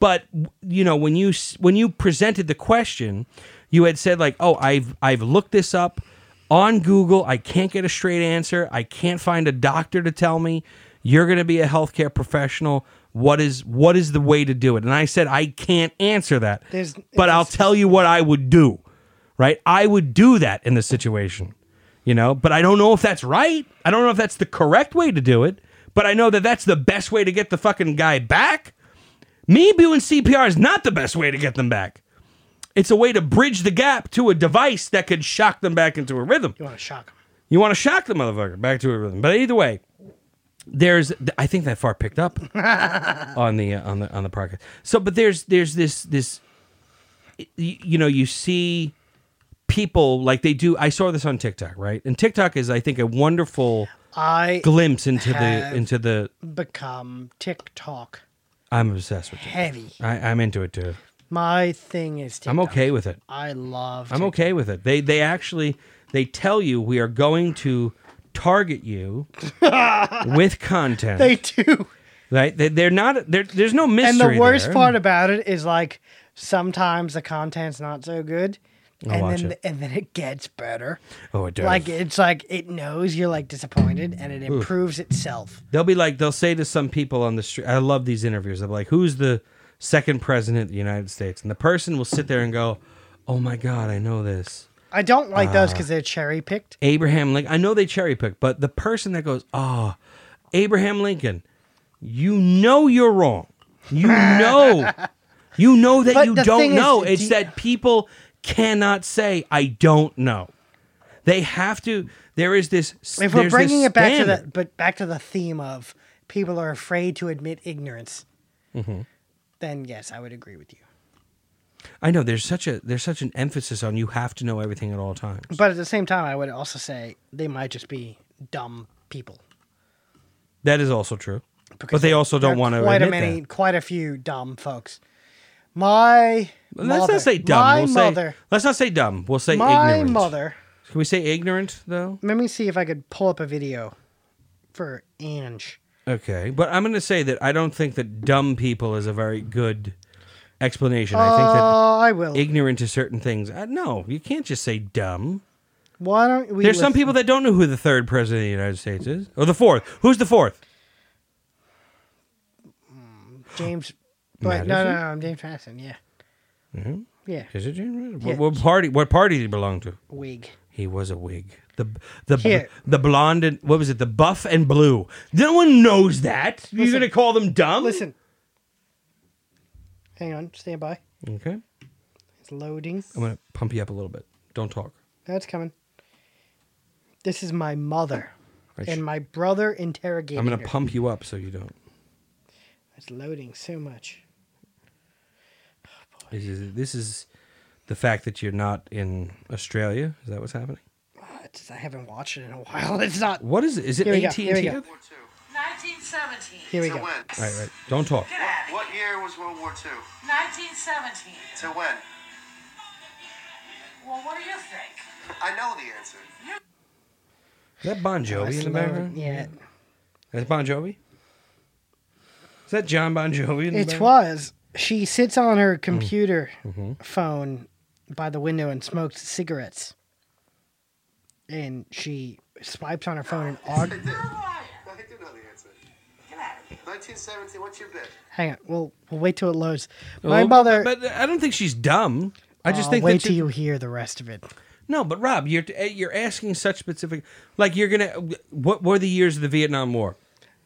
but you know when you s- when you presented the question you had said like oh i've i've looked this up on google i can't get a straight answer i can't find a doctor to tell me you're going to be a healthcare professional what is what is the way to do it and i said i can't answer that There's- but i'll tell you what i would do right i would do that in this situation you know but i don't know if that's right i don't know if that's the correct way to do it but i know that that's the best way to get the fucking guy back me doing CPR is not the best way to get them back. It's a way to bridge the gap to a device that could shock them back into a rhythm. you want to shock them. You want to shock the motherfucker back to a rhythm. But either way, there's I think that far picked up on the uh, on the on the podcast. So, but there's there's this this y- you know you see people like they do. I saw this on TikTok, right? And TikTok is I think a wonderful I glimpse into Have- the into the. become TikTok I'm obsessed with it. heavy. I, I'm into it too. My thing is TikTok. I'm okay with it. I love. I'm okay with it. They they actually they tell you we are going to target you with content. They do. right? They, they're not. They're, there's no And mystery. the worst there. part about it is like sometimes the content's not so good, and watch then it. and then it gets better. Oh, it does. Like it's like it knows you're like disappointed, and it improves itself. they'll be like they'll say to some people on the street. I love these interviews. They'll be like, "Who's the second president of the United States?" And the person will sit there and go, "Oh my God, I know this." I don't like those Ah. because they're cherry picked. Abraham Lincoln. I know they cherry pick, but the person that goes, "Oh, Abraham Lincoln," you know you're wrong. You know, you know that But you the thing don't is, know. do it's you- that people cannot say, "I don't know." They have to. There is this. If we're there's this bringing it back to the standard. but back to the theme of people are afraid to admit ignorance, Mm-hmm. then yes, I would agree with you. I know there's such a there's such an emphasis on you have to know everything at all times. But at the same time, I would also say they might just be dumb people. That is also true. Because But they also there don't are want to quite admit a many, that. quite a few dumb folks. My Let's mother, not say dumb. My we'll mother, Say, let's not say dumb. We'll say my ignorant. mother. Can we say ignorant though? Let me see if I could pull up a video for Ange. Okay, but I'm going to say that I don't think that dumb people is a very good explanation. I Oh, I will. think that ignorant to certain things. Uh, no, you can't just say dumb. Why don't we? There's some listen- people that don't know who the third president of the United States is, or the fourth. Who's the fourth? James. But no, no, Madison? no, I'm James Madison. Yeah. Mm-hmm. Yeah. Is it James? Yeah. What, what party? What party did he belong to? Wig. He was a Whig. The the Here. the blonde and what was it? The buff and blue. No one knows that. You're Listen. going to call them dumb? Listen. Hang on. Stand by. Okay. It's loading. I'm gonna pump you up a little bit. Don't talk. That's coming. This is my mother I sh- and my brother interrogating. I'm gonna her. pump you up so you don't. It's loading so much. This is this is the fact that you're not in Australia. Is that what's happening? Ah, it's- I haven't watched it in a while. It's not. What is it? Is it Here we go, AT here we and T? go. All 1917. Here we To go. when? right, right. Don't talk. Get out of here. What year was World War II? 1917. To when? Well, what do you think? I know the answer. Is that Bon Oh, Jovi it's in the loading. background? Yeah, That's Bon Jovi. Is that John Bon Jovi? In the Mm. it background? was. She sits on her computer Mm-hmm. phone by the window and smokes cigarettes. And she swipes on her phone and Yes, I aug- did. I do know the answer. Get out of here. 1917, what's your bid? Hang on. We'll we'll wait till it loads. My Well, mother. Oh, Oh, But I don't think she's dumb. I just I'll think wait that till she- you hear the rest of it. No, but Rob, you're eh, you're asking such specific. Like you're gonna. What were the years of the Vietnam War?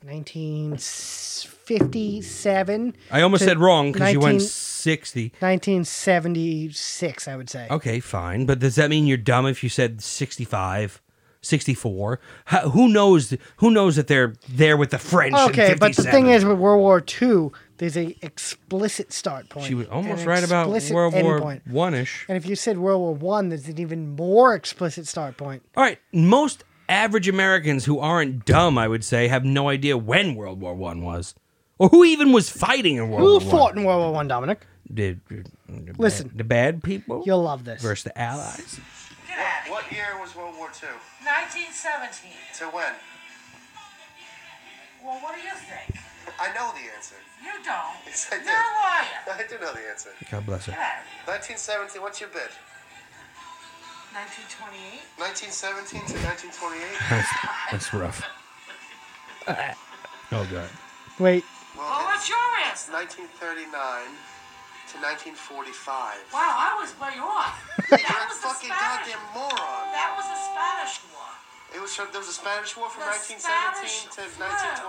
1957, I almost To said wrong because you went 19 sixty. 1976, I would say. Okay, fine. But does that mean you're dumb if you said 65, 64? How, who knows? Who knows that they're there with the French? in Okay, but the 57? thing is, with World War II, there's a explicit start point. she was and almost an right about explicit World end War point. One ish. And if you said World War One, there's an even more explicit start point. All right, most average Americans who aren't dumb, I would say, have no idea when World War One was, or who even was fighting in World Who War fought One. in World War One, Dominic? Did the Listen. bad, the bad people You'll love this. versus the Allies? Get out of here. What year was World War II? 1917. To when? Well, what do you think? I know the answer. You don't. Yes, I do. You're a liar. I do know the answer. God bless Get her. out of here. 1917, what's your bid? 1928. 1917 to 1928? That's, that's rough. Oh god. Wait, Well, Well, Oh, what's your it's answer? 1939 to 1945. Wow, I was way off. That You're a was the fucking Spanish. goddamn moron. That was the Spanish War. It was from, there was a Spanish war from The 1917 to Spanish flu.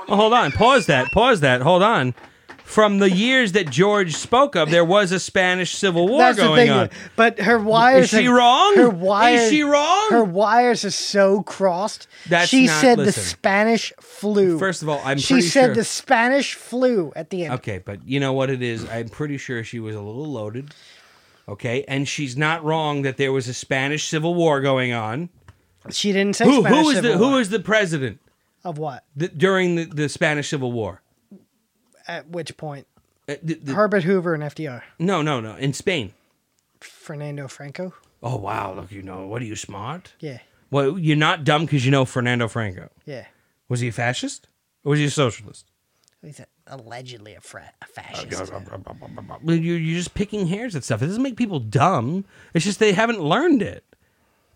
1920. Well, hold on. Pause that. Pause that. Hold on. From the years that George spoke of, there was a Spanish Civil War that's the going thing. on. But her wires. she are, wrong? Her Is wires. she wrong? Her wires are so crossed. That's she not- said listen. the Spanish flu. First of all, I'm she pretty said sure- the Spanish flu at the end. Okay, but you know what it is? I'm pretty sure she was a little loaded. Okay, and she's not wrong that there was a Spanish Civil War going on. She didn't say Who, Spanish who is Civil the War. who is the president of what? th- during the, the Spanish Civil War? At which point? Uh, the- the- Herbert Hoover and FDR. no, no, no. In Spain. Fernando Franco. Oh wow! Look, you know what? Are you smart? Yeah, Well, you're not dumb because you know Fernando Franco. yeah. Was he a fascist? Or was he a socialist? He's a, allegedly a, fra- a Oh, fascist. Well, You're, you're just picking hairs and stuff. It doesn't make people dumb. It's just they haven't learned it.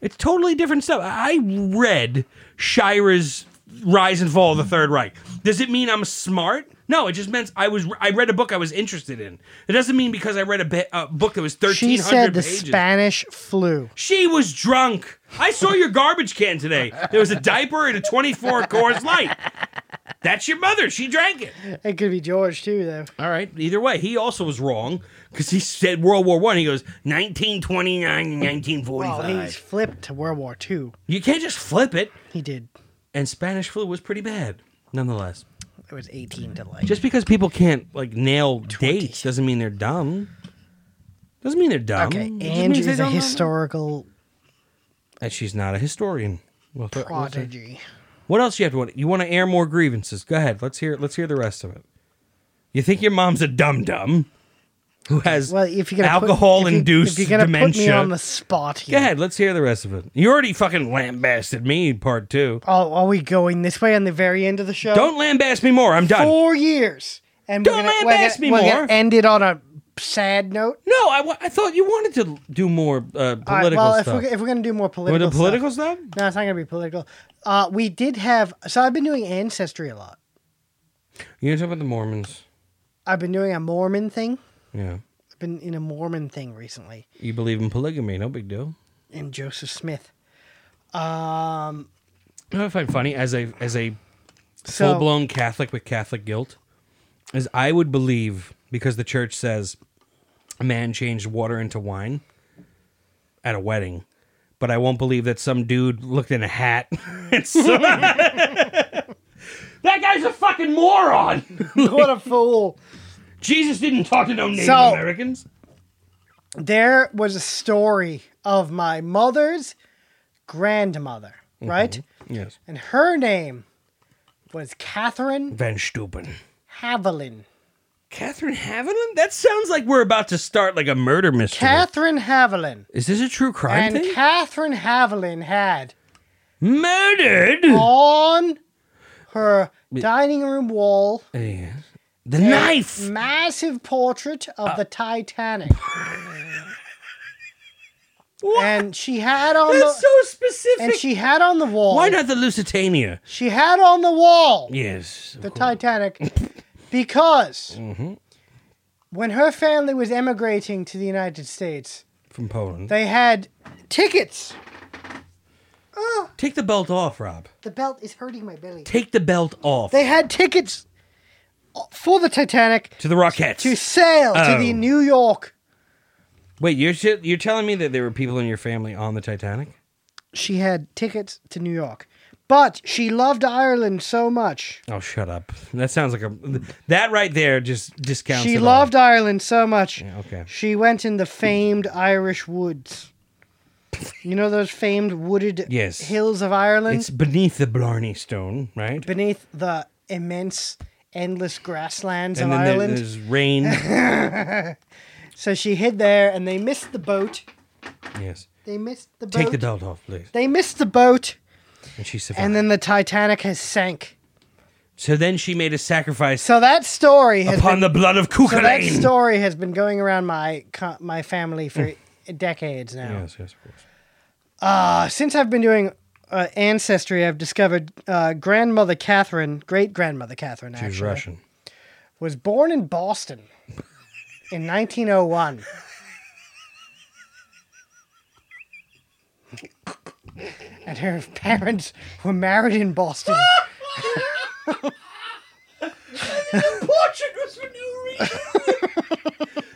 It's totally different stuff. I read Shira's Rise and Fall of the Third Reich. Does it mean I'm smart? No, it just meant I was. I read a book I was interested in. It doesn't mean because I read a, ba- a book that was she thirteen said hundred the pages. Spanish flu. She was drunk. I saw your garbage can today. There was a diaper and a 24 Coors Light. That's your mother. She drank it. It could be George too, though. All right. Either way, he also was wrong because he said World War One. He goes 1929 and Well, 1945. he's flipped to World War Two. you can't just flip it. He did. And Spanish flu was pretty bad, nonetheless. It was eighteen to like. Just because people can't like nail dates doesn't mean they're dumb. Doesn't mean they're dumb. okay, It just means they Angie's a don't know. historical And she's not a historian. Well, th- we'll see. prodigy. What else you have to want? You want to air more grievances? Go ahead. Let's hear. Let's hear the rest of it. You think your mom's a dum dum who has Well, if you're gonna put- alcohol if you- induced if you're gonna dementia? put me on the spot Go here, ahead. Let's hear the rest of it. You already fucking lambasted me in part two. Oh, are we going this way on the very end of the show? Don't lambast me more. I'm done. Uh, four years, and Don't we're gonna, we're lambast gonna, me we're more. gonna end it on a sad note. No, I, wa- I thought you wanted to do more uh, political All right, well, stuff. if we're if we're gonna do more With political, the political stuff, stuff? no, it's not gonna be political. Uh, we did have so I've been doing ancestry a lot. You're talking about the Mormons. I've been doing a Mormon thing. Yeah. I've been in a Mormon thing recently. You believe in polygamy. No big deal. In Joseph Smith. Um, You know what I find funny as a as a so full blown Catholic with Catholic guilt is I would believe because the church says a man changed water into wine at a wedding. But I won't believe that some dude looked in a hat. and saw- that guy's a fucking moron. what a fool. Jesus didn't talk to no Native So- Americans. there was a story of my mother's grandmother, right? Yes. And her name was Catherine Van Stupen. Haviland. Catherine Haviland? That sounds like we're about to start like a murder mystery. Catherine Haviland. Is this a true crime And thing? Catherine Haviland had Murdered? on her dining room wall Yes. The a knife. massive portrait of Uh. the Titanic. And she had on the That's so specific. and she had on the wall. Why not the Lusitania? She had on the wall. Yes. of the course. Titanic because Mm-hmm. when her family was emigrating to the United States, From Poland. they had tickets. Take the belt off, Rob. The belt is hurting my belly. Take the belt off. They had tickets for the Titanic to the Rockettes. to sail Oh. to the New York. Wait, you're si- you're telling me that there were people in your family on the Titanic? She had tickets to New York. But she loved Ireland so much. Oh, shut up. That sounds like a that right there just discounts. she it all. loved Ireland so much. Yeah, okay. She went in the famed Irish woods. You know those famed wooded Yes. hills of Ireland? It's beneath the Blarney Stone, right? beneath the immense, endless grasslands and of then there- Ireland. there's rain. So she hid there, and they missed the boat. yes. They missed the boat. Take the belt off, please. They missed the boat, And she survived. and then the Titanic has sank. so then she made a sacrifice So that story has upon been, the blood of so that Cuchulainn. story has been going around my co- my family for decades now. yes, yes, of course. Uh, since I've been doing uh, ancestry, I've discovered uh, grandmother Catherine, great grandmother Catherine, She was actually, Russian. was born in Boston in 1901. and her parents were married in Boston. Portrait was for no reason.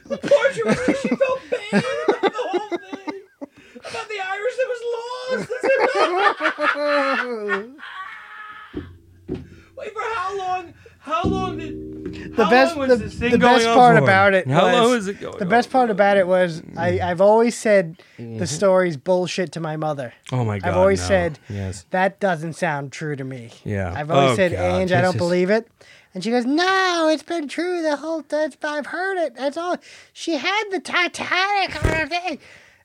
the portrait was because she felt bad about the whole thing. About the Irish that was lost. That's enough. Wait, for how long? How long did. The how best, long the, was this thing the going best on part for? about it. How was, long was it going The on Mm. best Mm-hmm. part about it was I, I've always said the story's bullshit to my mother. Oh my god. I've always no. said Yes. that doesn't sound true to me. Yeah. I've always Oh, said, God, Ange, I this don't is- believe it. And she goes, No, it's been true the whole time. I've heard it. That's all. She had the Titanic on her thing.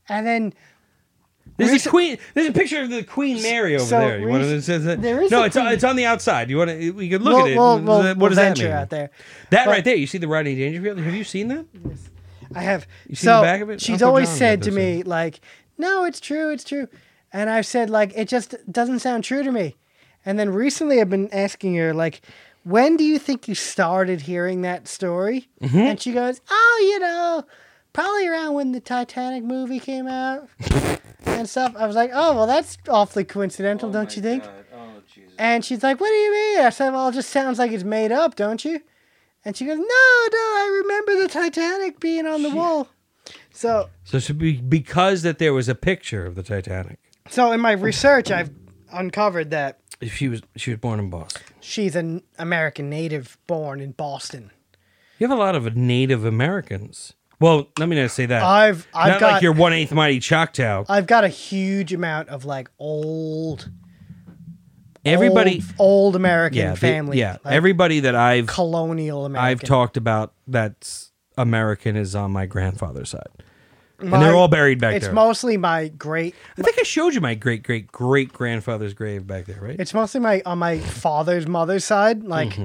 And then There's Recent- a queen. There's a picture of the Queen Mary over so there. You want to, recent- is it- there is no, a it's on, queen. it's on the outside. You want to? We can look we'll, at it. we'll, What we'll, does we'll that venture mean? out there. That But- right there. You see the Rodney Dangerfield? Have you seen that? I have. see so the back of it? she's Uncle always John said did to this, me, like, No, it's true. It's true. And I've said, like, it just doesn't sound true to me. And then recently I've been asking her, like, when do you think you started hearing that story? Mm-hmm. And she goes, oh, you know, probably around when the Titanic movie came out and stuff. I was like, oh, well, that's awfully coincidental, don't you think? And she's like, what do you mean? I said, well, it just sounds like it's made up, don't you? And she goes, no, no, I remember the Titanic being on the wall. So, So it should be because that there was a picture of the Titanic. so in my research, I've uncovered that She was she was born in Boston. she's an American native born in Boston. You have a lot of Native Americans. Well, let me not say that. I've I've not got like your one eighth mighty Choctaw. I've got a huge amount of like old Everybody, old, old American yeah, the- family, yeah, like everybody that I've colonial American. I've talked about that's American is on my grandfather's side, My- and they're all buried back It's there. mostly my great. I think I showed you my great great great grandfather's grave back there, right? It's mostly my on my father's mother's side, like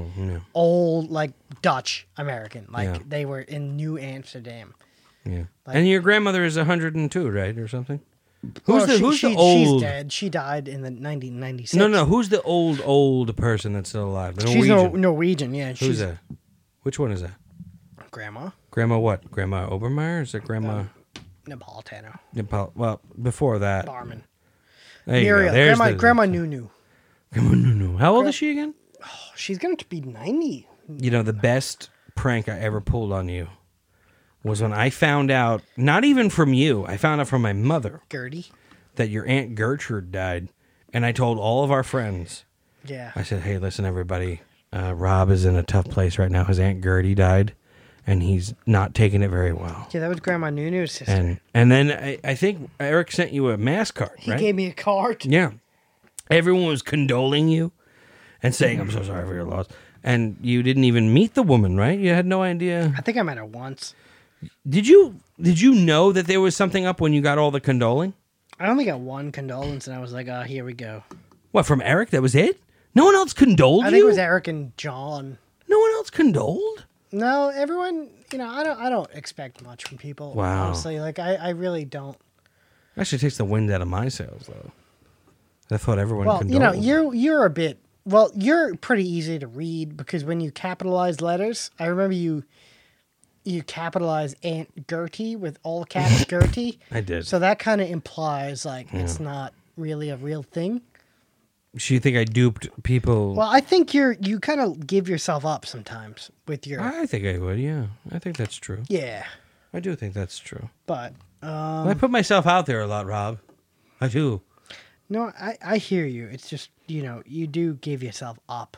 old like Dutch American, like Mm-hmm, Yeah. they were in New Amsterdam. yeah. and your grandmother is 102, right, or something? Who's Well, the Oh, she- Who's she- the old? She's dead. She died in the 1996. No, no. Who's the old old person that's still alive? The she's Nor- Norwegian. Norwegian. Yeah, who's she's that? Which one is that? grandma Grandma what? Grandma Obermeyer? Is it Uh, Grandma Napolitano Nepal? Well, before that, Barman. there you go. Muriel, There's grandma, the- grandma Nunu. Grandma Nunu. How old is she again? She's going to be 90. You know the best prank I ever pulled on you was when I found out, not even from you, I found out from my mother Gertie. that your Aunt Gertrude died. And I told all of our friends, Yeah. I said, hey, listen, everybody, uh, Rob is in a tough place right now. His Aunt Gertie died, and he's not taking it very well. Yeah, that was Grandma Nunu's sister. And and then I, I think Eric sent you a mask card, he right? gave me a card. Yeah. Everyone was condoling you and saying, I'm so sorry for your loss. And you didn't even meet the woman, right? You had no idea. I think I met her once. Did you did you know that there was something up when you got all the condoling? I only got one condolence, and I was like, "Oh, here we go." What, from Eric? That was it? No one else condoled I think it you? was Eric and John. no one else condoled? No, everyone, you know, I don't, I don't expect much from people. Wow. Honestly, like I, I really don't. Actually takes the wind out of my sails though. I thought everyone Well, condoled. you know, you're you're a bit. Well, you're pretty easy to read because when you capitalize letters, I remember you. You capitalize Aunt Gertie with all caps Gertie. I did. So that kind of implies like it's not really a real thing. so you think I duped people Well, I think you're you kind of give yourself up sometimes with your I think I would, yeah. I think that's true. yeah, I do think that's true. but uh, I put myself out there a lot, Rob. I do. no, I I hear you. It's just you know you do give yourself up.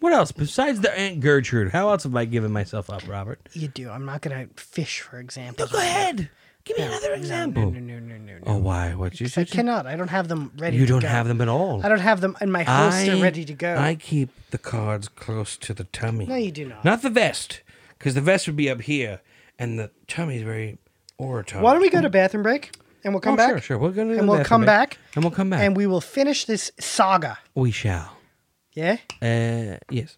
What else besides the Aunt Gertrude? How else have I given myself up, Robert? You do. I'm not gonna fish for example. Give me another No, no, no, no, no. no. Oh, why? What you I should? cannot. I don't have them ready. You to don't go. have them at all. I don't have them in my holster I- ready to go. I keep the cards close to the tummy. No, you do not. Not the vest, because the vest would be up here, and the tummy's very oratory. Why don't we go to bathroom break and we'll come Oh, back? Sure, sure. We're gonna. And we'll come back. And we'll come back. And we will finish this saga. we shall. Yeah. Uh, yes.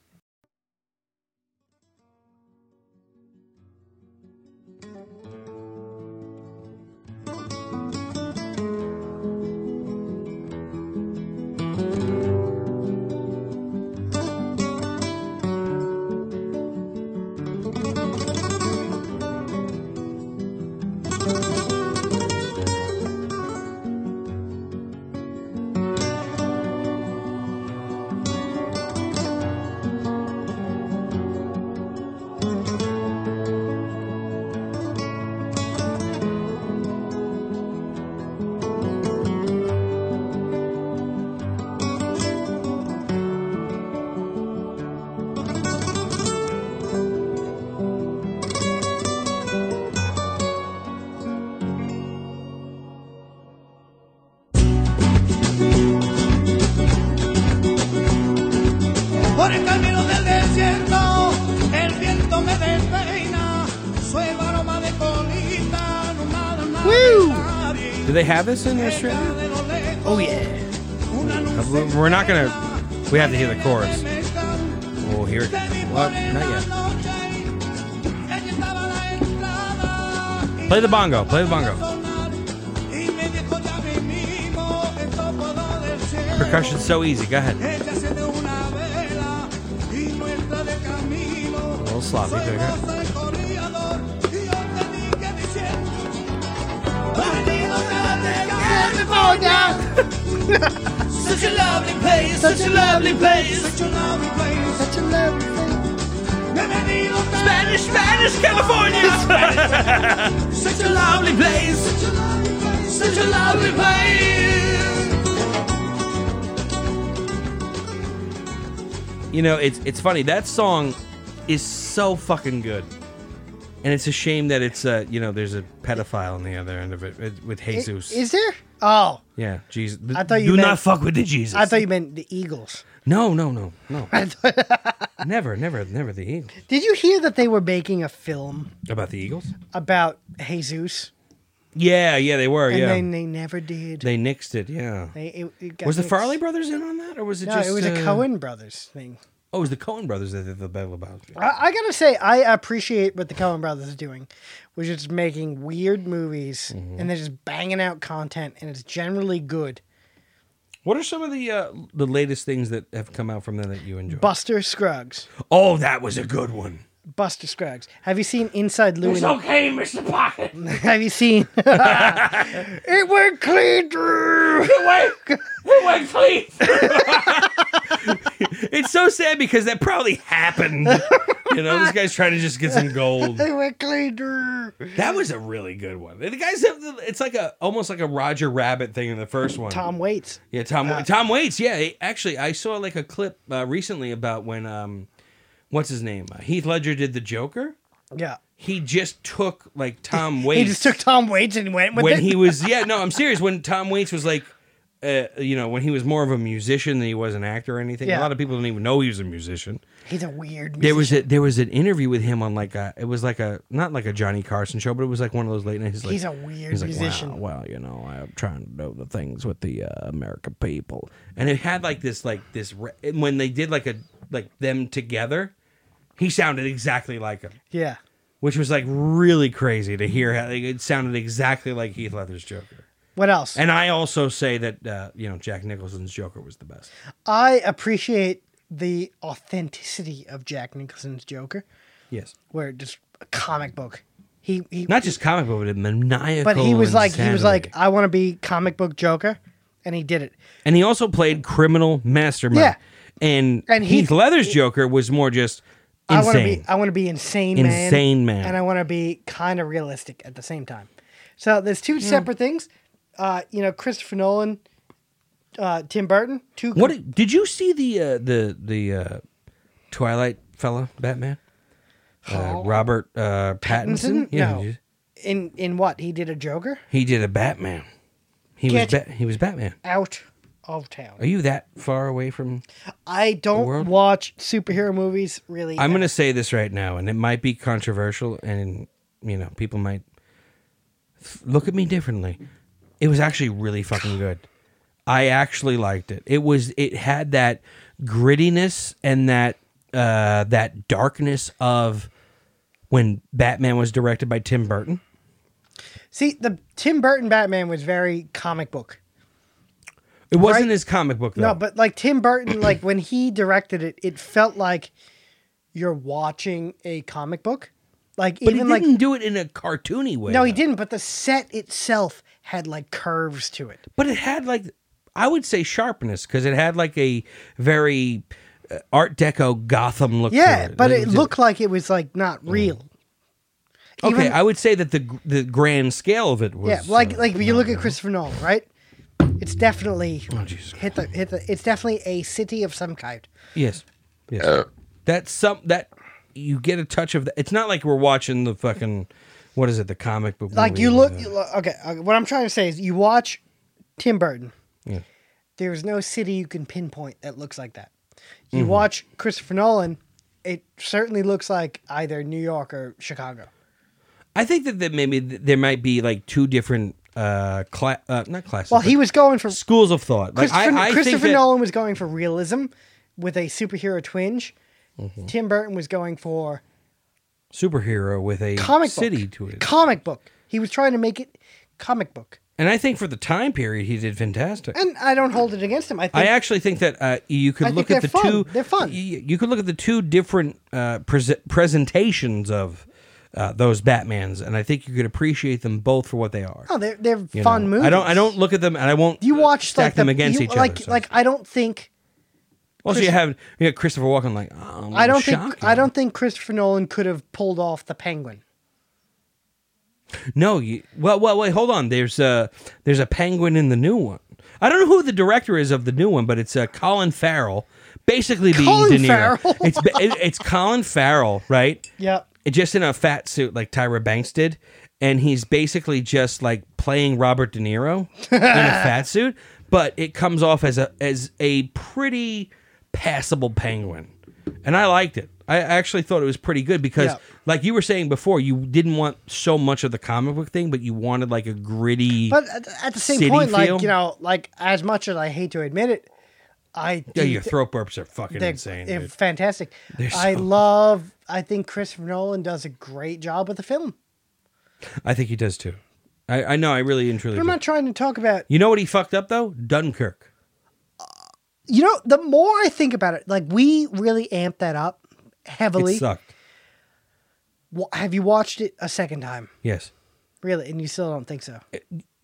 Por el camino del desierto, el viento me despeina. Suelo aroma de colita, nomada Woo! Do they have this in Australia? Oh Oh yeah. We're not gonna. We have to hear the chorus. Oh, here it. Well, not yet. Play the bongo. Play the bongo. Percussion's so easy. Go ahead. Échase de una vela y no entra de camino. little sloppy, Soy but I got- moza y corredor, y yo te dije diciendo, "Perdido tras de California." Such a lovely place, such a lovely place, such a lovely place, such a lovely place. Bienvenido tras de Spanish, Spanish, California. such a lovely place. Such a lovely place. Such a lovely place. you know, it's it's funny. That song is so fucking good, and it's a shame that it's uh, you know, there's a pedophile on the other end of it it- with I- Jesus. Is there? Oh, yeah, Jesus. I thought you do meant- not fuck with the Jesus. I thought you meant the Eagles. no, no, no, no. never, never, never the Eagles. Did you hear that they were making a film About the Eagles? about Jesus? Yeah, yeah, they were. And yeah, then they never did. they nixed it. Yeah. They- it- it got Was the mixed. Farley brothers in on that, or was it No, just? it was a uh, Cohen Brothers thing. Oh, it was the Cohen brothers that did the Battle of Bowsby. I, I gotta say, I appreciate what the Cohen Brothers are doing, which is making weird movies and they're just banging out content, and it's generally good. What are some of the uh, the latest things that have come out from them that you enjoy? Buster Scruggs. oh, that was a good one. Buster Scruggs. Have you seen Inside Louis? okay, Mr. Pocket. Have you seen? it went clean through. Wait, wait, please. it's so sad because that probably happened. You know, this guy's trying to just get some gold. They went cleaner. That was a really good one. The guys have the, it's like a almost like a Roger Rabbit thing in the first one. Tom Waits. Yeah, Tom. Tom Waits. Yeah, he- actually, I saw like a clip uh, recently about when um, what's his name? Uh, Heath Ledger did the Joker. Yeah. He just took like Tom Waits. He just took Tom Waits and went with when it. he was yeah no I'm serious when Tom Waits was like. Uh, you know, when he was more of a musician than he was an actor or anything, Yeah. a lot of people didn't even know he was a musician. He's a weird. There Musician. was a, there was an interview with him on like a it was like a not like a Johnny Carson show, but it was like one of those late nights. Like, He's a weird he's like, musician. Wow, well, you know, I'm trying to know the things with the uh, American people, and it had like this like this re- and when they did like a like them together, he sounded exactly like him, Yeah. which was like really crazy to hear. How, like, it sounded exactly like Heath Ledger's Joker. What else? And I also say that uh, you know Jack Nicholson's Joker was the best. I appreciate the authenticity of Jack Nicholson's Joker, Yes, where just a comic book. He he not just comic book, but maniacal. but he was like he was like uh, insanity. I want to be comic book Joker, and he did it. And he also played criminal mastermind. Yeah. And, And Heath he- Ledger's Joker was more just I want to be uh, insane. I want to be insane man, Insane man. and I want to be kind of realistic at the same time. So there's Hmm. two separate things. Uh, you know, Christopher Nolan, uh, Tim Burton, two com- What did you see the uh, the the uh, Twilight fella Batman? Uh, Robert uh, Pattinson. Pattinson? No. he- in in what he did a Joker he did a Batman. He Get- was ba- he was Batman. out of town. Are you that far away from? I world? don't watch superhero movies really. I'm going to say this right now, and it might be controversial, and you know people might f- look at me differently. It was actually really fucking good. I actually liked it. It was it had that grittiness and that uh, that darkness of when Batman was directed by Tim Burton. see the Tim Burton Batman was very comic book. It wasn't Right. his comic book though. No, but like Tim Burton, like when he directed it, it felt like you're watching a comic book. Like But he even didn't like do it in a cartoony way. no, he though. didn't. But the set itself had like curves to it. but it had like I would say sharpness because it had like a very uh, Art Deco Gotham look. to Yeah, but Like, it was looked like it was like not real. okay. even- I would say that the gr- the grand scale of it was Yeah, like uh, like when you look at Christopher Nolan, right? It's definitely oh Jesus hit the hit the. It's definitely a city of some kind. yes yes that's some that you get a touch of that. It's not like we're watching the fucking what is it the comic book Like movie you with look, the- you look okay, okay. What I'm trying to say is, you watch Tim Burton. Yeah. There is no city you can pinpoint that looks like that. You Mm-hmm. watch Christopher Nolan. It certainly looks like either New York or Chicago. I think that, that maybe th- there might be like two different uh, cla- uh not classes Well, he but was going for schools of thought like Christopher, I, I think Christopher that, Nolan was going for realism with a superhero twinge. Mm-hmm. Tim Burton was going for superhero with a comic city book. to it Comic book. He was trying to make it comic book. And I think for the time period, he did fantastic. And I don't hold it against him. I think I actually think that uh, you could I look think at the they're two. fun. They're fun. y- You, could look at the two different uh, pres presentations of uh, those Batmans, and I think you could appreciate them both for what they are. no, oh, they're they're You fun know? movies. I don't. I don't look at them, and I won't. You uh, watch stack like the, them against you- each like, other. so- Like I don't think also, you Chris- have you got Christopher Walken like. Oh, I don't shock think you." I don't think Christopher Nolan could have pulled off the Penguin. No, you, well, well, wait, hold on. There's a there's a penguin in the new one. I don't know who the director is of the new one, but it's uh, Colin Farrell, basically being Colin De Niro. Farrell? It's ba- it, it's Colin Farrell, right? Yep. It- Just in a fat suit like Tyra Banks did, and he's basically just like playing Robert De Niro in a fat suit, but it comes off as a as a pretty passable penguin, and I liked it. I actually thought it was pretty good because Yeah. like you were saying before, you didn't want so much of the comic book thing, but you wanted like a gritty. But at, at the same City point, feel? like you know, like as much as I hate to admit it, I yeah, do your thi- throat burps are fucking they're, insane. they're dude. fantastic. They're I so- love. I think Christopher Nolan does a great job with the film. I think he does too. I, I know. I really and truly. But I'm do. not trying to talk about you know what he fucked up though? Dunkirk. you know. The more I think about it, like we really amped that up It heavily. sucked. Wha- Have you watched it a second time? Yes. Really, and you still don't think so?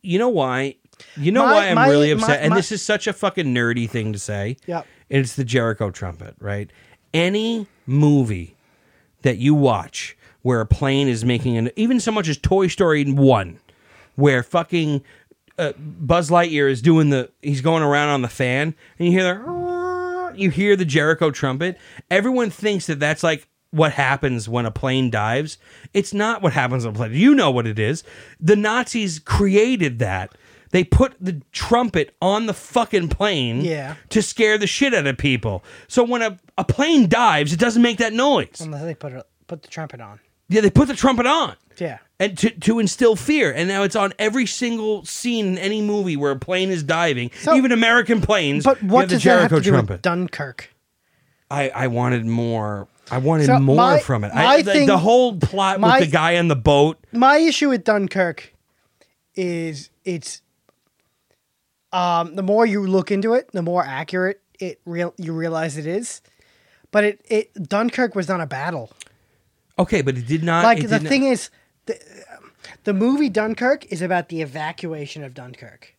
You know why? You know My- why I'm my- really my- upset? and my- this is such a fucking nerdy thing to say. Yep. It's the Jericho trumpet, right? Any movie that you watch where a plane is making an even so much as Toy Story 1 where fucking uh, Buzz Lightyear is doing the he's going around on the fan and you hear the you hear the Jericho trumpet. Everyone thinks that that's like what happens when a plane dives. It's not what happens on a plane. You know what it is. The Nazis created that. They put the trumpet on the fucking plane Yeah. to scare the shit out of people. So when a, a plane dives, it doesn't make that noise. Unless they put, a, put the trumpet on. Yeah, they put the trumpet on Yeah. and to, to instill fear. And now it's on every single scene in any movie where a plane is diving, So- even American planes. But you what have the does that have Jericho to do trumpet? with Dunkirk? I, I wanted more. I wanted So more my- from it. my I, the, thing- the whole plot my- with the guy on the boat. my issue with Dunkirk is it's um, the more you look into it, the more accurate it real you realize it is. But it, it Dunkirk was not a battle. Okay, but it did not. Like it the did not- thing is, the, the movie Dunkirk is about the evacuation of Dunkirk,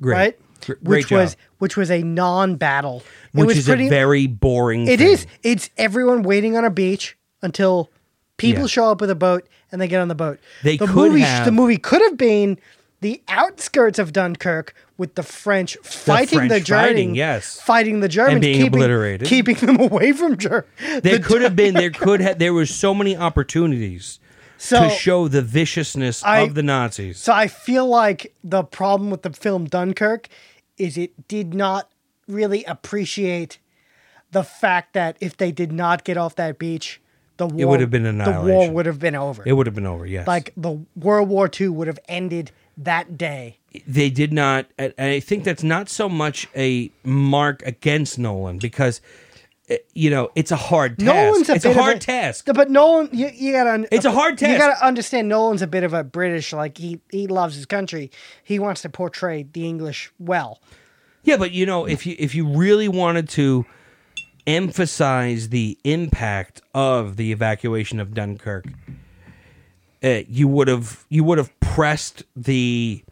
great, right? Gr- Great which job. was which was a non-battle. it which was is pretty, a very boring. It thing. is. It's everyone waiting on a beach until people Yeah. show up with a boat and they get on the boat. They the could movie, have- The movie could have been the outskirts of Dunkirk with the French fighting the, French Germans, fighting, yes. fighting the Germans, being keeping, obliterated. keeping them away from Germany. There could have been. There could have. There was so many opportunities So- to show the viciousness I- of the Nazis. So I feel like the problem with the film Dunkirk is it did not really appreciate the fact that if they did not get off that beach, the war would have been the war annihilation. would have been over. it would have been over. Yes, like the World War II would have ended that day. they did not and i think that's not so much a mark against nolan because eh, you know it's a hard task Nolan's a it's bit a hard of task but Nolan, you, you gotta. un- uh, It's a hard You task. gotta understand Nolan's a bit of a British. Like he he loves his country. He wants to portray the English well. yeah but you know if you if you really wanted to emphasize the impact of the evacuation of dunkirk eh, you would have you would have pressed the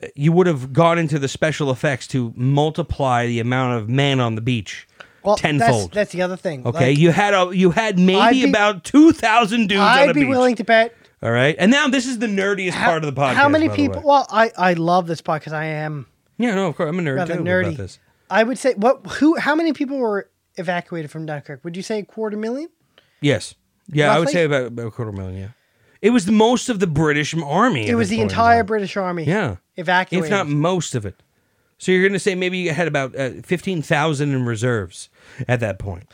eh, you would have gone into the special effects to multiply the amount of men on the beach Well, tenfold. That's, that's the other thing. Okay, Like, you had a you had I'd maybe be- about two thousand dudes on a I'd be beach. willing to bet All right, and now this is the nerdiest part of the podcast. How many by the people? way. Well, I I love this podcast. I am yeah, no, of course I'm a nerd rather too nerdy. about this. I would say what who? How many people were evacuated from Dunkirk? Would you say a quarter million? Yes, yeah, I would Roughly? say about, about a quarter million. Yeah, it was the most of the British army. It was the entire British army. Yeah. evacuated. if not most of it. So you're going to say maybe you had about uh, fifteen thousand in reserves at that point.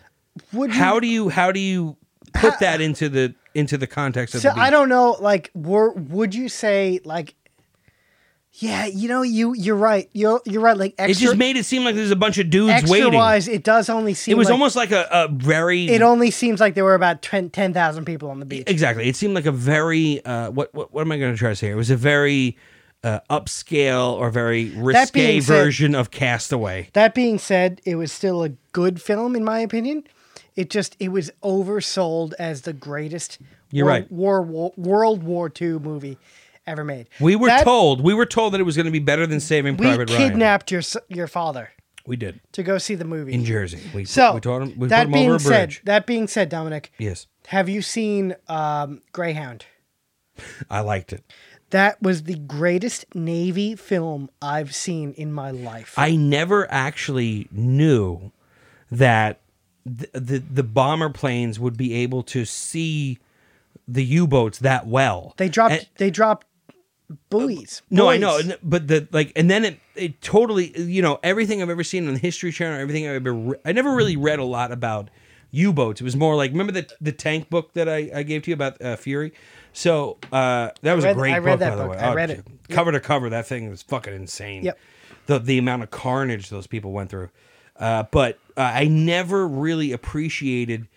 Would you How do you how do you put that into the into the context of So the beach? I don't know. Like, were would you say like, yeah, you know, you you're right. You're you're right. Like, It extra, just made it seem like there's a bunch of dudes extra waiting. wise, it does only seem. it was like- almost like a, a very It only seems like there were about 10 10,000 people on the beach. exactly. It seemed like a very uh, what, what what am I going to try to say? here? It was a very uh, upscale or very risque being said- version of Castaway. That being said, it was still a good film in my opinion. It just it was oversold as the greatest You're war, right. war, war World War II movie ever made. We were That- told we were told that it was going to be better than Saving we Private Ryan. kidnapped your s- your father We did to go see the movie. in Jersey. We, so we taught him. We that put him being over a said, bridge. that being said, Dominic, yes, Have you seen um, Greyhound? I liked it. That was the greatest Navy film I've seen in my life. I never actually knew that the, the the bomber planes would be able to see the U-boats that well. they dropped. And- Uh, they dropped buoys. No, I Buoys. know, n- but the like, and then it it totally, you know, everything I've ever seen on the History Channel, everything I've ever, re- I never really read a lot about U boats. It was more like, remember the the tank book that I, I gave to you about uh, Fury? So uh, that was read- a great I read book, that by the book. way. Oh, I read it. dude, cover to cover. That thing was fucking insane. Yep. The the amount of carnage those people went through, uh, but uh, I never really appreciated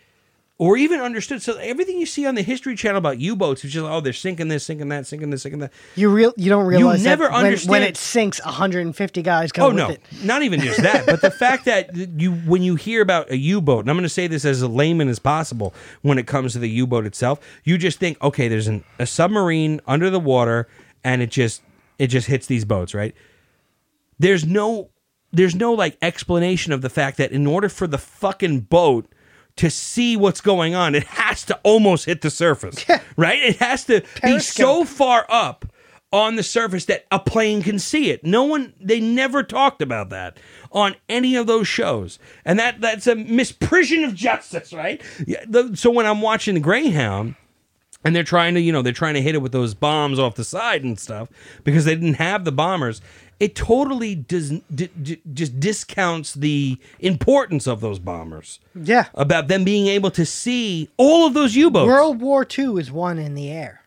or even understood. So everything you see on the History Channel about U boats is just oh they're sinking this, sinking that, sinking this, sinking that. You real. You don't realize that never when, when understand- it sinks. 150 guys come Oh with no, it. not even just that, but the fact that you when you hear about a U-boat, and I'm going to say this as layman as possible when it comes to the U-boat itself, you just think, okay, there's an, a submarine under the water, and it just It just hits these boats, right? There's no there's no like explanation of the fact that in order for the fucking boat to see what's going on, it has to almost hit the surface. Right? It has to be so Periscope. far up on the surface that a plane can see it. No one they never talked about that on any of those shows. And that that's a misprision of justice, right? Yeah, the- so when I'm watching the Greyhound, and they're trying to you know they're trying to hit it with those bombs off the side and stuff because they didn't have the bombers it totally does d- d- just discounts the importance of those bombers Yeah. about them being able to see all of those u-boats World War II is won in the air.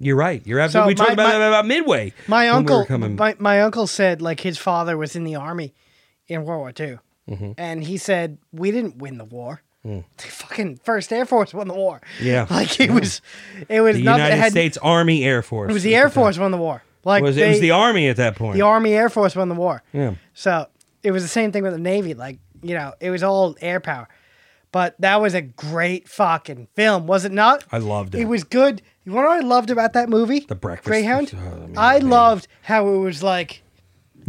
you're right you're So absolutely we talked my- about my- that about midway My when we were uncle, coming- my, my uncle said like his father was in the army in World War II, Mm-hmm. and he said we didn't win the war. Mm. The fucking First Air Force won the war. Yeah. like it was, it was the nothing. united it had, states army air force It was the Air Force won the war. Like it was, it they- was the army at that point the Army Air Force won the war. Yeah. So it was the same thing with the Navy. Like, you know, it was all air power. But that was a great fucking film, was it not? I loved it. It was good. You know what I loved about that movie? The Breakfast- Greyhound? Oh, I mean, I man. loved how it was like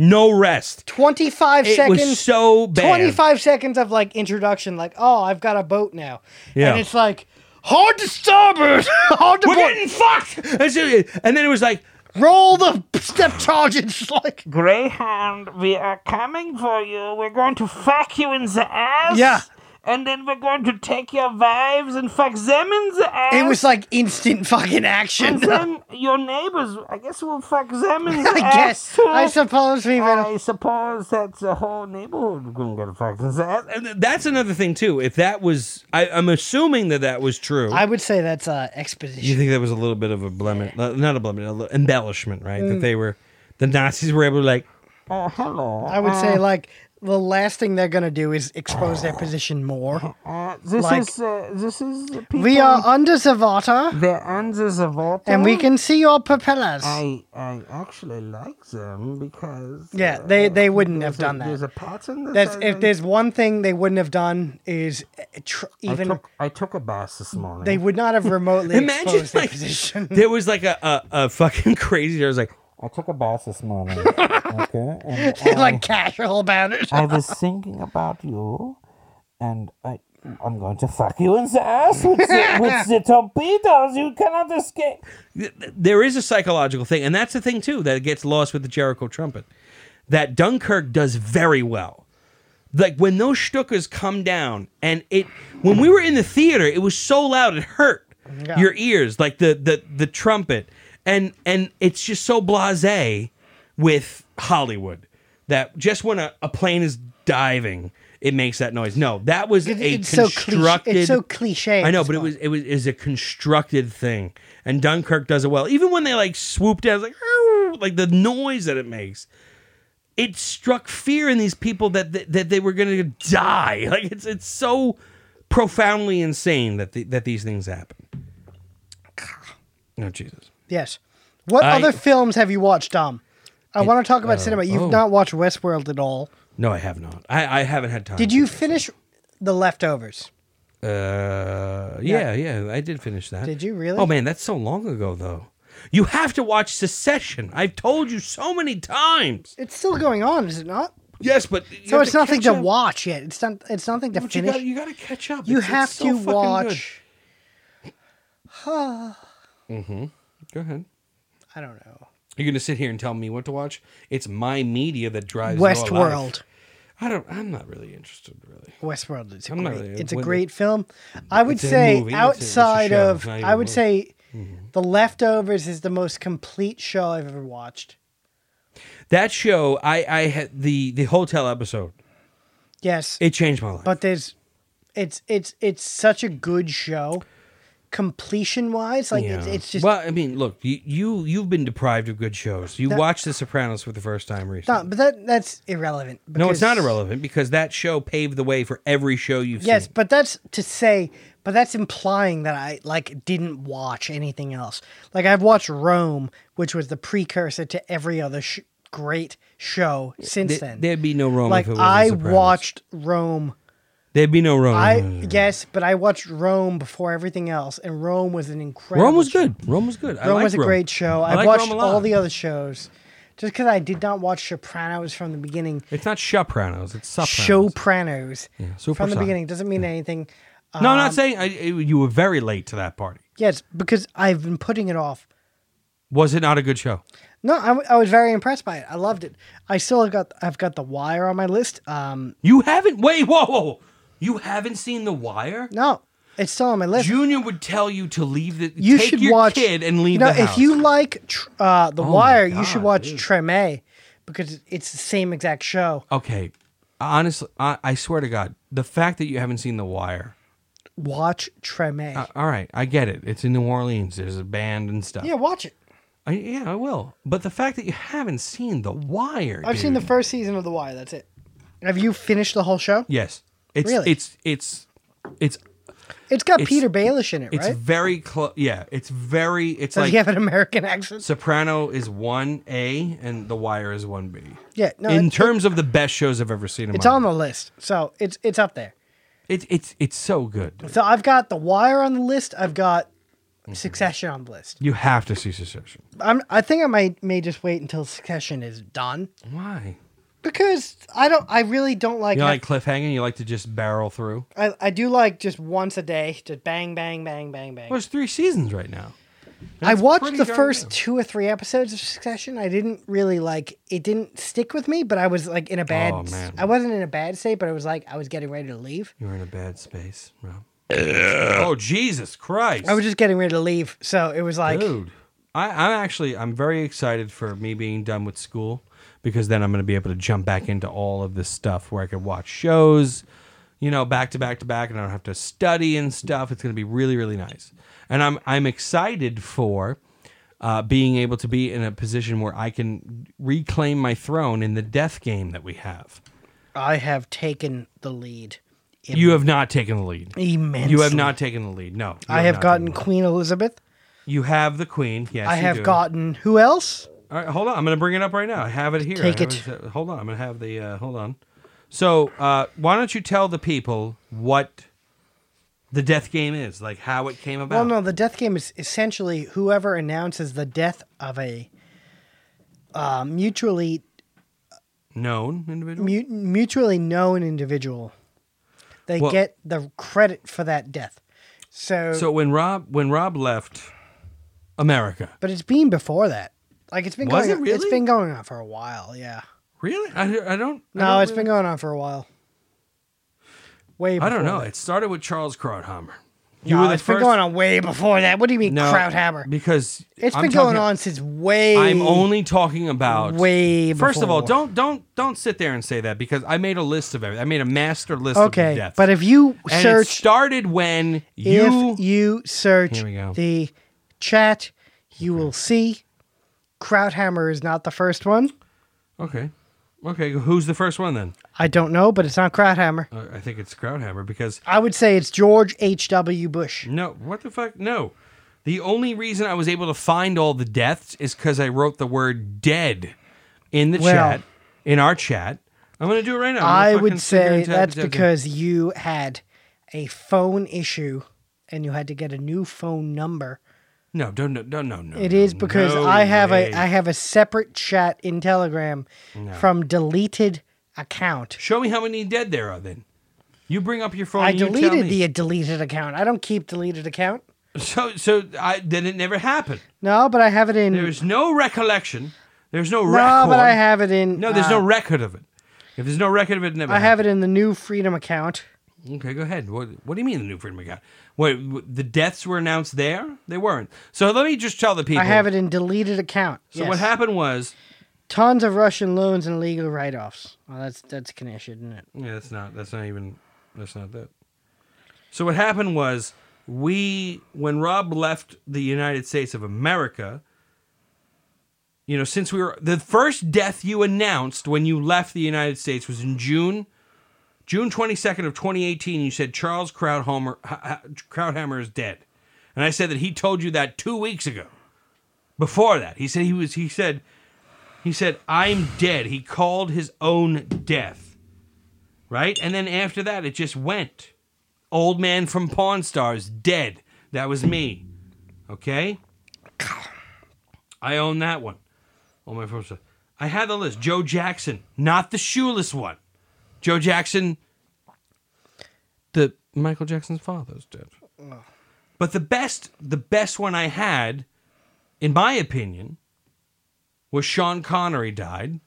no rest 25 It was seconds. so bad. 25 seconds of like introduction, like, oh, I've got a boat now. Yeah. And it's like, hard to starboard, hard to we're port, getting fucked and so- and then it was like roll the step charges. Like, Greyhound, we are coming for you. We're going to fuck you in the ass. Yeah. And then we're going to take your wives and fuck them in the ass. it was like instant fucking action. and then your neighbors, I guess we'll fuck them in the I ass. guess. too. I suppose we will. I suppose that the whole neighborhood gonna get fucked in the ass. and th- that's another thing too if that was I, i'm assuming that that was true I would say that's uh, You expedition. think that was a little bit of a blemish, uh, not a blemish, a little embellishment, right? That they were, the Nazis were able to like, Oh, hello. I would Uh. say like the last thing they're gonna do is expose their position more. Uh, this Like- is uh, this is the people. We are under the water, the answers of all and we can see your propellers. I I actually like them because Yeah, they- they wouldn't have there's a- done that. There's a pattern. That That's says if on- there's one thing they wouldn't have done is uh, tr- I even took, I took a bath this morning. they would not have remotely imagine exposed their like, position. there was like a, a, a fucking crazy. There was like, I took a bath this morning. okay, and They're like casual about it. I was thinking about you, and I I'm going to fuck you in the ass with the, with the torpedoes. You cannot escape. th- th- there is a psychological thing, and that's the thing too that gets lost with the Jericho trumpet. That Dunkirk does very well. Like when those shtukas come down, and it when we were in the theater, it was so loud it hurt Yeah. your ears, like the the the trumpet, and and it's just so blasé with Hollywood that just when a, a plane is diving, it makes that noise. No, that was It's, a it's so cliche. constructed. It's so cliche. I know, It's but it fun. was it was is a constructed thing, and Dunkirk does it well. Even when they like swooped out, like "Ow," like the noise that it makes, it struck fear in these people that that, that they were going to die. Like it's it's so profoundly insane that the, that these things happen. No Jesus. Yes. What I- other films have you watched, Dom? I want to talk about cinema. You've oh. not watched Westworld at all. No, I have not. I, I haven't had time. Did you finish The Leftovers? Uh, yeah, yeah, I did finish that. Did you really? Oh man, that's so long ago though. You have to watch Secession. I've told you so many times. It's still going on, is it not? Yes, but you So have it's nothing catch to up. watch yet. It's not. It's nothing to But You finish. gotta, you gotta catch up. You It's- it's have so to fucking good. watch. Mm-hmm. Go ahead. I don't know. You're gonna sit here and tell me what to watch? It's my media that drives your life. Westworld. I don't. I'm not really interested. Really, Westworld is a I'm not great. really- it's a what- great film. I would it's a say movie, it's a- it's a outside show, of, not even I a would movie. say, Mm-hmm. The Leftovers is the most complete show I've ever watched. that show. I I had the the hotel episode. Yes, It changed my life. but there's it's it's it's such a good show completion wise like it's, Yeah. it's just well, I mean, look, you, you you've been deprived of good shows. You That- watched The Sopranos for the first time recently. not, but that that's irrelevant no, it's not because- irrelevant because that show paved the way for every show you've yes seen. but that's to say but that's implying that i like didn't watch anything else like i've watched rome which was the precursor to every other sh- great show since Th- then there'd be no Rome like if it was i watched rome There'd be no Rome. I yes, but I watched Rome before everything else, and Rome was an incredible. Rome was show. good. Rome was good. I Rome liked was a great show. I, like watched Rome a lot. all the other shows, just because I did not watch Sopranos from the beginning. It's not Sopranos. It's Sopranos. Sopranos super from the sopranos. beginning doesn't mean anything. Uh, No, I'm not saying I, you were very late to that party. yes, because I've been putting it off. Was it not a good show? No, I, w- I was very impressed by it. I loved it. I still have got I've got The Wire on my list. Um, You haven't. Wait, whoa, whoa, whoa. You haven't seen The Wire? no, it's still on my list. Junior would tell you to leave the. you take should your watch kid and leave you know, the house. Oh If you like tr- uh, The my Wire, you God, should watch dude. Treme because it's the same exact show. Okay, honestly, I, I swear to God, the fact that you haven't seen The Wire. Watch Treme. Uh, all right, I get it. It's in New Orleans. There's a band and stuff. yeah, watch it. I, yeah, I will. But the fact that you haven't seen The Wire, I've seen the dude. first season of The Wire. That's it. Have you finished the whole show? Yes, it's Really? it's it's it's It's got It's- Peter Baelish in it, it's right? very close. Yeah, it's very. It's Does like he have an American accent? Soprano is one A and The Wire is one B. yeah, no. in it- terms of the best shows I've ever seen in it's my on life. the list, so it's it's up there. It's it's it's so good. dude. So I've got The Wire on the list. I've got Mm-hmm. Succession on the list. You have to see Succession. I'm, I think I might may just wait until Succession is done Why? because I don't. I really don't like. You Netflix. like cliffhanging? You like to just barrel through? I, I do like just once a day, just bang, bang, bang, bang, bang. Well, there's three seasons right now. I watched pretty the darn first good. two or three episodes of Succession. I didn't really like it. Didn't stick with me, but I was like in a bad. Oh, man. I wasn't in a bad state, but I was like I was getting ready to leave. You're in a bad space, Rob. oh Jesus Christ! I was just getting ready to leave, so it was like dude. I, I'm actually I'm very excited for me being done with school because then I'm going to be able to jump back into all of this stuff where I can watch shows, you know, back to back to back, and I don't have to study and stuff. It's going to be really really nice, and I'm I'm excited for. Uh, being able to be in a position where I can reclaim my throne in the death game that we have. I have taken the lead. You have not taken the lead. Immensely. You have not taken the lead. No. you I have not gotten taken the lead. Queen Elizabeth. You have the queen. Yes. I you have do. gotten who else? All right, hold on. I'm going to bring it up right now. I have it here. I Take have it. hold on. I'm going to have the. Uh, hold on. So, uh, why don't you tell the people what the death game is, like how it came about? Well, no, the death game is essentially whoever announces the death of a uh, mutually Known individual. mu- mutually known individual, they Well- get the credit for that death. So, So when Rob when Rob left America, but it's been before that. Like it's been Was going it on, it's really? been going on for a while. Yeah. really? I, I don't. I No, don't it's really- been going on for a while. Way. Before I don't know. That. It started with Charles Krauthammer. You no, it's been going on way before that. What do you mean, No, Krauthammer? Because It's I'm been talking- going on since way. I'm only talking about way. Before First of all, don't don't don't sit there and say that because I made a list of everything. I made a master list of the Okay, deaths. but if you and search, it started when you if you search Here we go. the chat, you will see Krauthammer is not the first one. Okay. Okay, who's the first one then? I don't know, but it's not Krauthammer. Uh, I think it's Krauthammer because I would say it's George H.W. Bush. no, what the fuck? No. The only reason I was able to find all the deaths is cuz I wrote the word dead in the Well- chat in our chat. I'm going to do it right now. I'm I gonna would fucking sit here say and type that's it down. because you had a phone issue and you had to get a new phone number. No, don't no no no. no It is because no I have way. a I have a separate chat in Telegram from deleted account. Show me how many dead there are then. You bring up your phone I and you tell deleted me. the deleted account. I don't keep deleted account. So, so I then it never happened. No, but I have it in. There's no recollection. There's no, no, record. but I have it in. No, there's uh, no record of it. If there's no record of it, it never. I have it in the New Freedom account. it. Okay, go ahead. What, what do you mean the new freedom account? Wait, w- the deaths were announced there? They weren't. So let me just tell the people. I have it in deleted account. So yes. what happened was, Tons of Russian loans and illegal write-offs. Well, that's that's Kanish, isn't it? yeah, that's not. That's not even. That's not that. So what happened was we when Rob left the United States of America. You know, since we were the first death you announced when you left the United States was in June, June twenty second of twenty eighteen. You said Charles Krauthammer, Ha- Ha- Krauthammer is dead, and I said that he told you that two weeks ago. Before that, he said he was. He said, he said I'm dead. He called his own death, right? And then after that, it just went. Old man from Pawn Stars, dead. That was me. Okay? I own that one. All my first. I had the list. Joe Jackson, not the shoeless one. Joe Jackson, the Michael Jackson's father's dead. But the best, the best one I had, in my opinion, was Sean Connery died,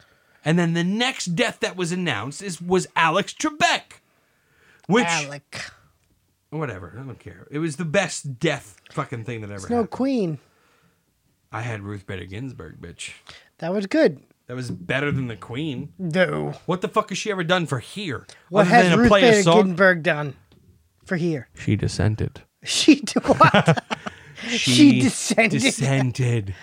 and then the next death that was announced is was Alex Trebek, which Alec. whatever I don't care. It was the best death fucking thing that ever No happened. Queen. I had Ruth Bader Ginsburg, bitch. That was good. That was better than the Queen. No. What the fuck has she ever done for here? What other has than to Ruth play a Bader song? Ginsburg done for here? She dissented. She did what? she descended. Dissented.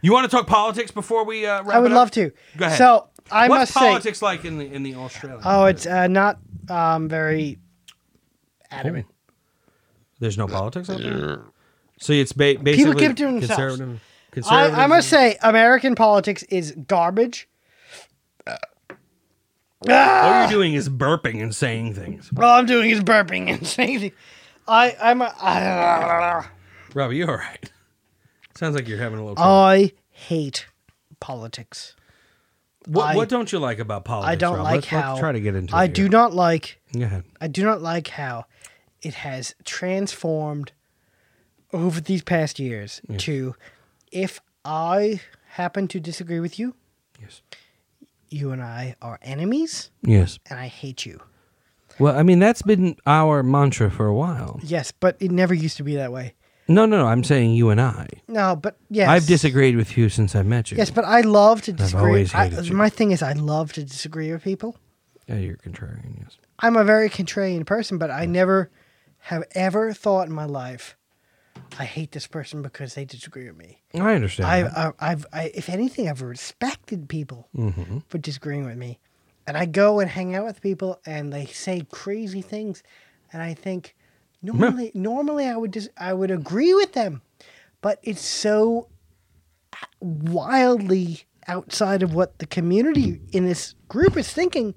You want to talk politics before we uh, wrap I would it up? love to. Go ahead. So I What's must say, politics like in the in the Australian? oh, it's uh, not um, very adamant. There's no politics out there. So it's ba- basically keep doing themselves. conservative. Conservative. I, I must say, American politics is garbage. All you're doing is burping and saying things. All I'm doing is burping and saying, "I, I'm, a, I, Robbie, you all right? Sounds like you're having a little. Trouble. I hate politics. what, I- what don't you like about politics? I don't Rob? like let's, how Let's try to get into. I it do here. not like. Go ahead. I do not like how it has transformed over these past years to if I happen to disagree with you, Yes. you and I are enemies, Yes. and I hate you. Well, I mean that's been our mantra for a while. Yes, but it never used to be that way. No, no, no. I'm saying you and I. No, but yes, I've disagreed with you since I met you. Yes, but I love to disagree. always I- hated you. my thing is, I love to disagree with people. Yeah, you're contrarian. Yes. I'm a very contrarian person, but I never have ever thought in my life, I hate this person because they disagree with me. I understand. I, that. I, I've, I, if anything, I've respected people for disagreeing with me. And I go and hang out with people, and they say crazy things, and I think normally, normally I would dis- I would agree with them, but it's so uh, wildly outside of what the community in this group is thinking.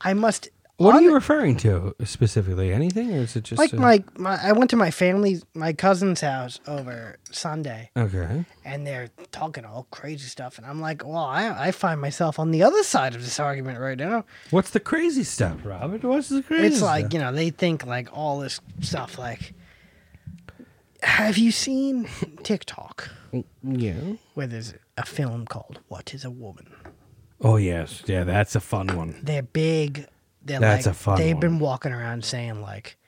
I must. What are honor- you referring to specifically? Anything, or is it just like uh, my, my I went to my family's my cousin's house over Sunday Okay. and they're talking all crazy stuff and I'm like, well, I, I find myself on the other side of this argument right now. What's the crazy stuff, Robert? What's the crazy? It's like, stuff? you know, they think like all this stuff like have you seen TikTok yeah. where there's a film called What is a Woman? Oh yes, yeah. That's a fun one. They're big. They're That's like a fun they've one. been walking around saying like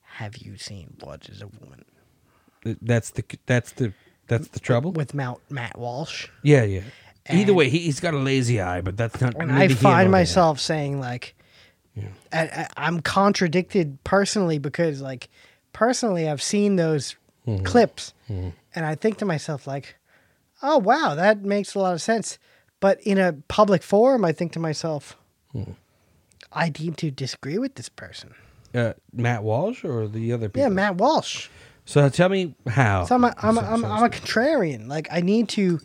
have you seen What is a Woman That's the that's the that's the trouble. with Mount Matt Walsh? Yeah, yeah. Either And- way, he, he's got a lazy eye, but that's not. and maybe I he find and all that. myself saying like, I, I, I'm contradicted personally because like, personally I've seen those Mm-hmm. clips, and I think to myself like, oh wow, that makes a lot of sense. But in a public forum, I think to myself, Mm-hmm. I need to disagree with this person. Uh, Matt Walsh or the other people. Yeah, Matt Walsh. So tell me how. So I'm a, I'm, a, So- I'm, so- I'm a contrarian. Like I need to,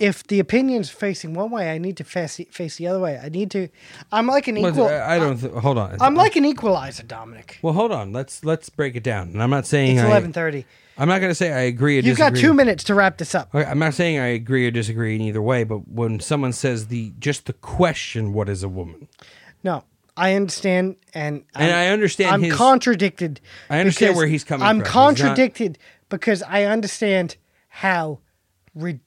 if the opinion's facing one way, I need to face the, face the other way. I need to. I'm like an Well, equal. I I don't. Th- hold on. I'm like an equalizer, Dominic. Well, hold on. Let's let's break it down. And I'm not saying It's I, eleven thirty. I'm not going to say I agree or You've disagree. got two minutes to wrap this up. Okay, I'm not saying I agree or disagree in either way, but when someone says the just the question, "What is a woman?" No, I understand, and And I understand I'm his- contradicted. I understand because where he's coming I'm from. He's not- contradicted because I understand how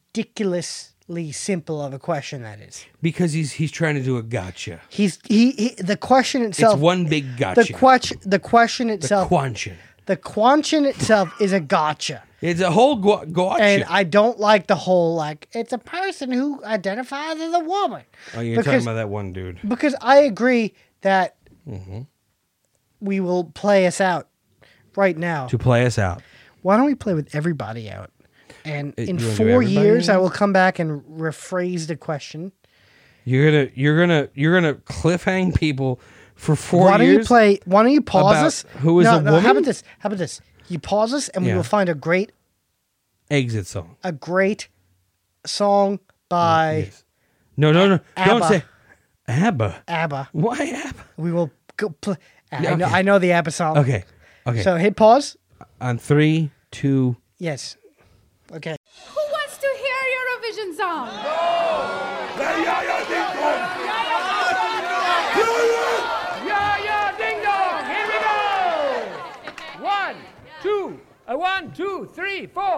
ridiculously simple of a question that is. Because he's he's trying to do a gotcha. He's he, he the question itself. it's one big gotcha. The question, the question The itself, quanchin. the quanchin itself is a gotcha. It's a whole gu- gotcha. And I don't like the whole like it's a person who identifies as a woman. oh, you're talking because- about that one dude. because I agree that Mm-hmm. we will play us out right now. To play us out. Why don't we play with everybody out? And in you wanna do four everybody years, I will come back and rephrase the question. You're gonna you're gonna you're gonna cliffhang people for four Why don't years. you play? Why don't you pause about us? who is no, a no, How woman? about this? How about this? You pause us, and we Yeah. will find a great Exit song. a great song by Mm, Yes. No, no, no. Don't ABBA. say ABBA. ABBA. Why ABBA? We will Go pl- I, Yeah, know, okay. I know the ABBA song. Okay. Okay. So hit pause. On three, two. Yes. Okay. Who wants to hear Eurovision song? Yeah, yeah, ding dong. Here we go. One, two, uh, one, two, three, four.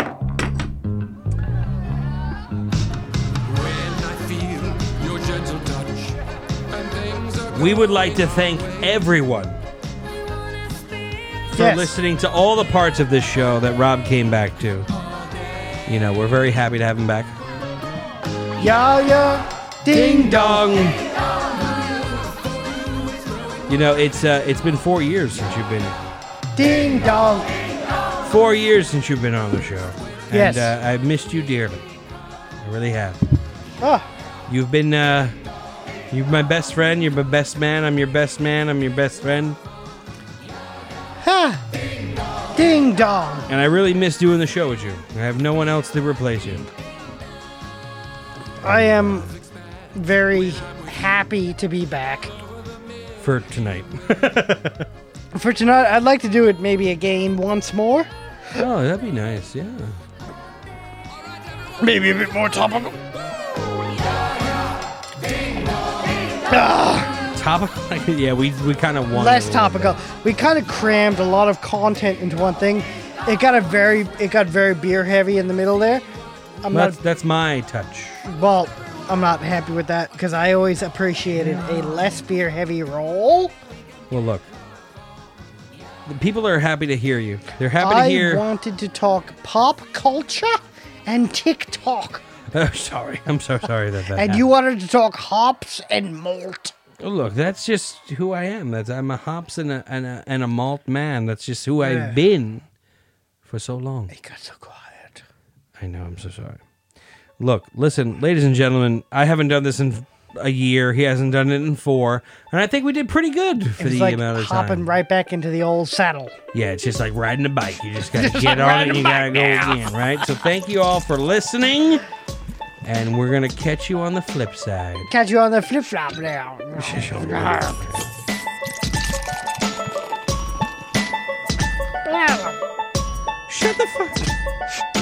We would like to thank everyone for Yes. listening to all the parts of this show that Rob came back to. You know, we're very happy to have him back. Yeah, yeah. Ding. dong. You know, it's uh, it's been four years since you've been Ding dong. four years since you've been on the show. Yes. And uh, I've missed you dearly. I really have. Oh, You've been uh, you're my best friend. You're my best man. I'm your best man. I'm your best friend. ha. Ding dong. And I really miss doing the show with you. I have no one else to replace you. I am very happy to be back. for tonight. For tonight, I'd like to do it maybe again once more. oh, that'd be nice. Yeah. Maybe a bit more topical. Ah. Topical. yeah, we we kind of want Less topical. We kind of crammed a lot of content into one thing. It got a very, it got very beer heavy in the middle there. I'm not That's that's my touch. Well, I'm not happy with that because I always appreciated a less beer heavy roll. Well, look. The people are happy to hear you. They're happy I to hear. wanted to talk pop culture and TikTok, Oh, sorry, I'm so sorry that that. and you wanted to talk hops and malt. Oh, look, that's just who I am. That's I'm a hops and a and a, and a malt man. That's just who Yeah. I've been for so long. It got so quiet. I know. I'm so sorry. Look, listen, ladies and gentlemen. I haven't done this in a year. He hasn't done it in four, and I think we did pretty good for It was the like amount of hopping time. right back into the old saddle. Yeah, it's just like riding a bike. You just gotta Just get like on it riding and a you gotta go again, right? So thank you all for listening. And we're gonna catch you on the flip side. Catch you on the flip flop now. Ah. Shut the fuck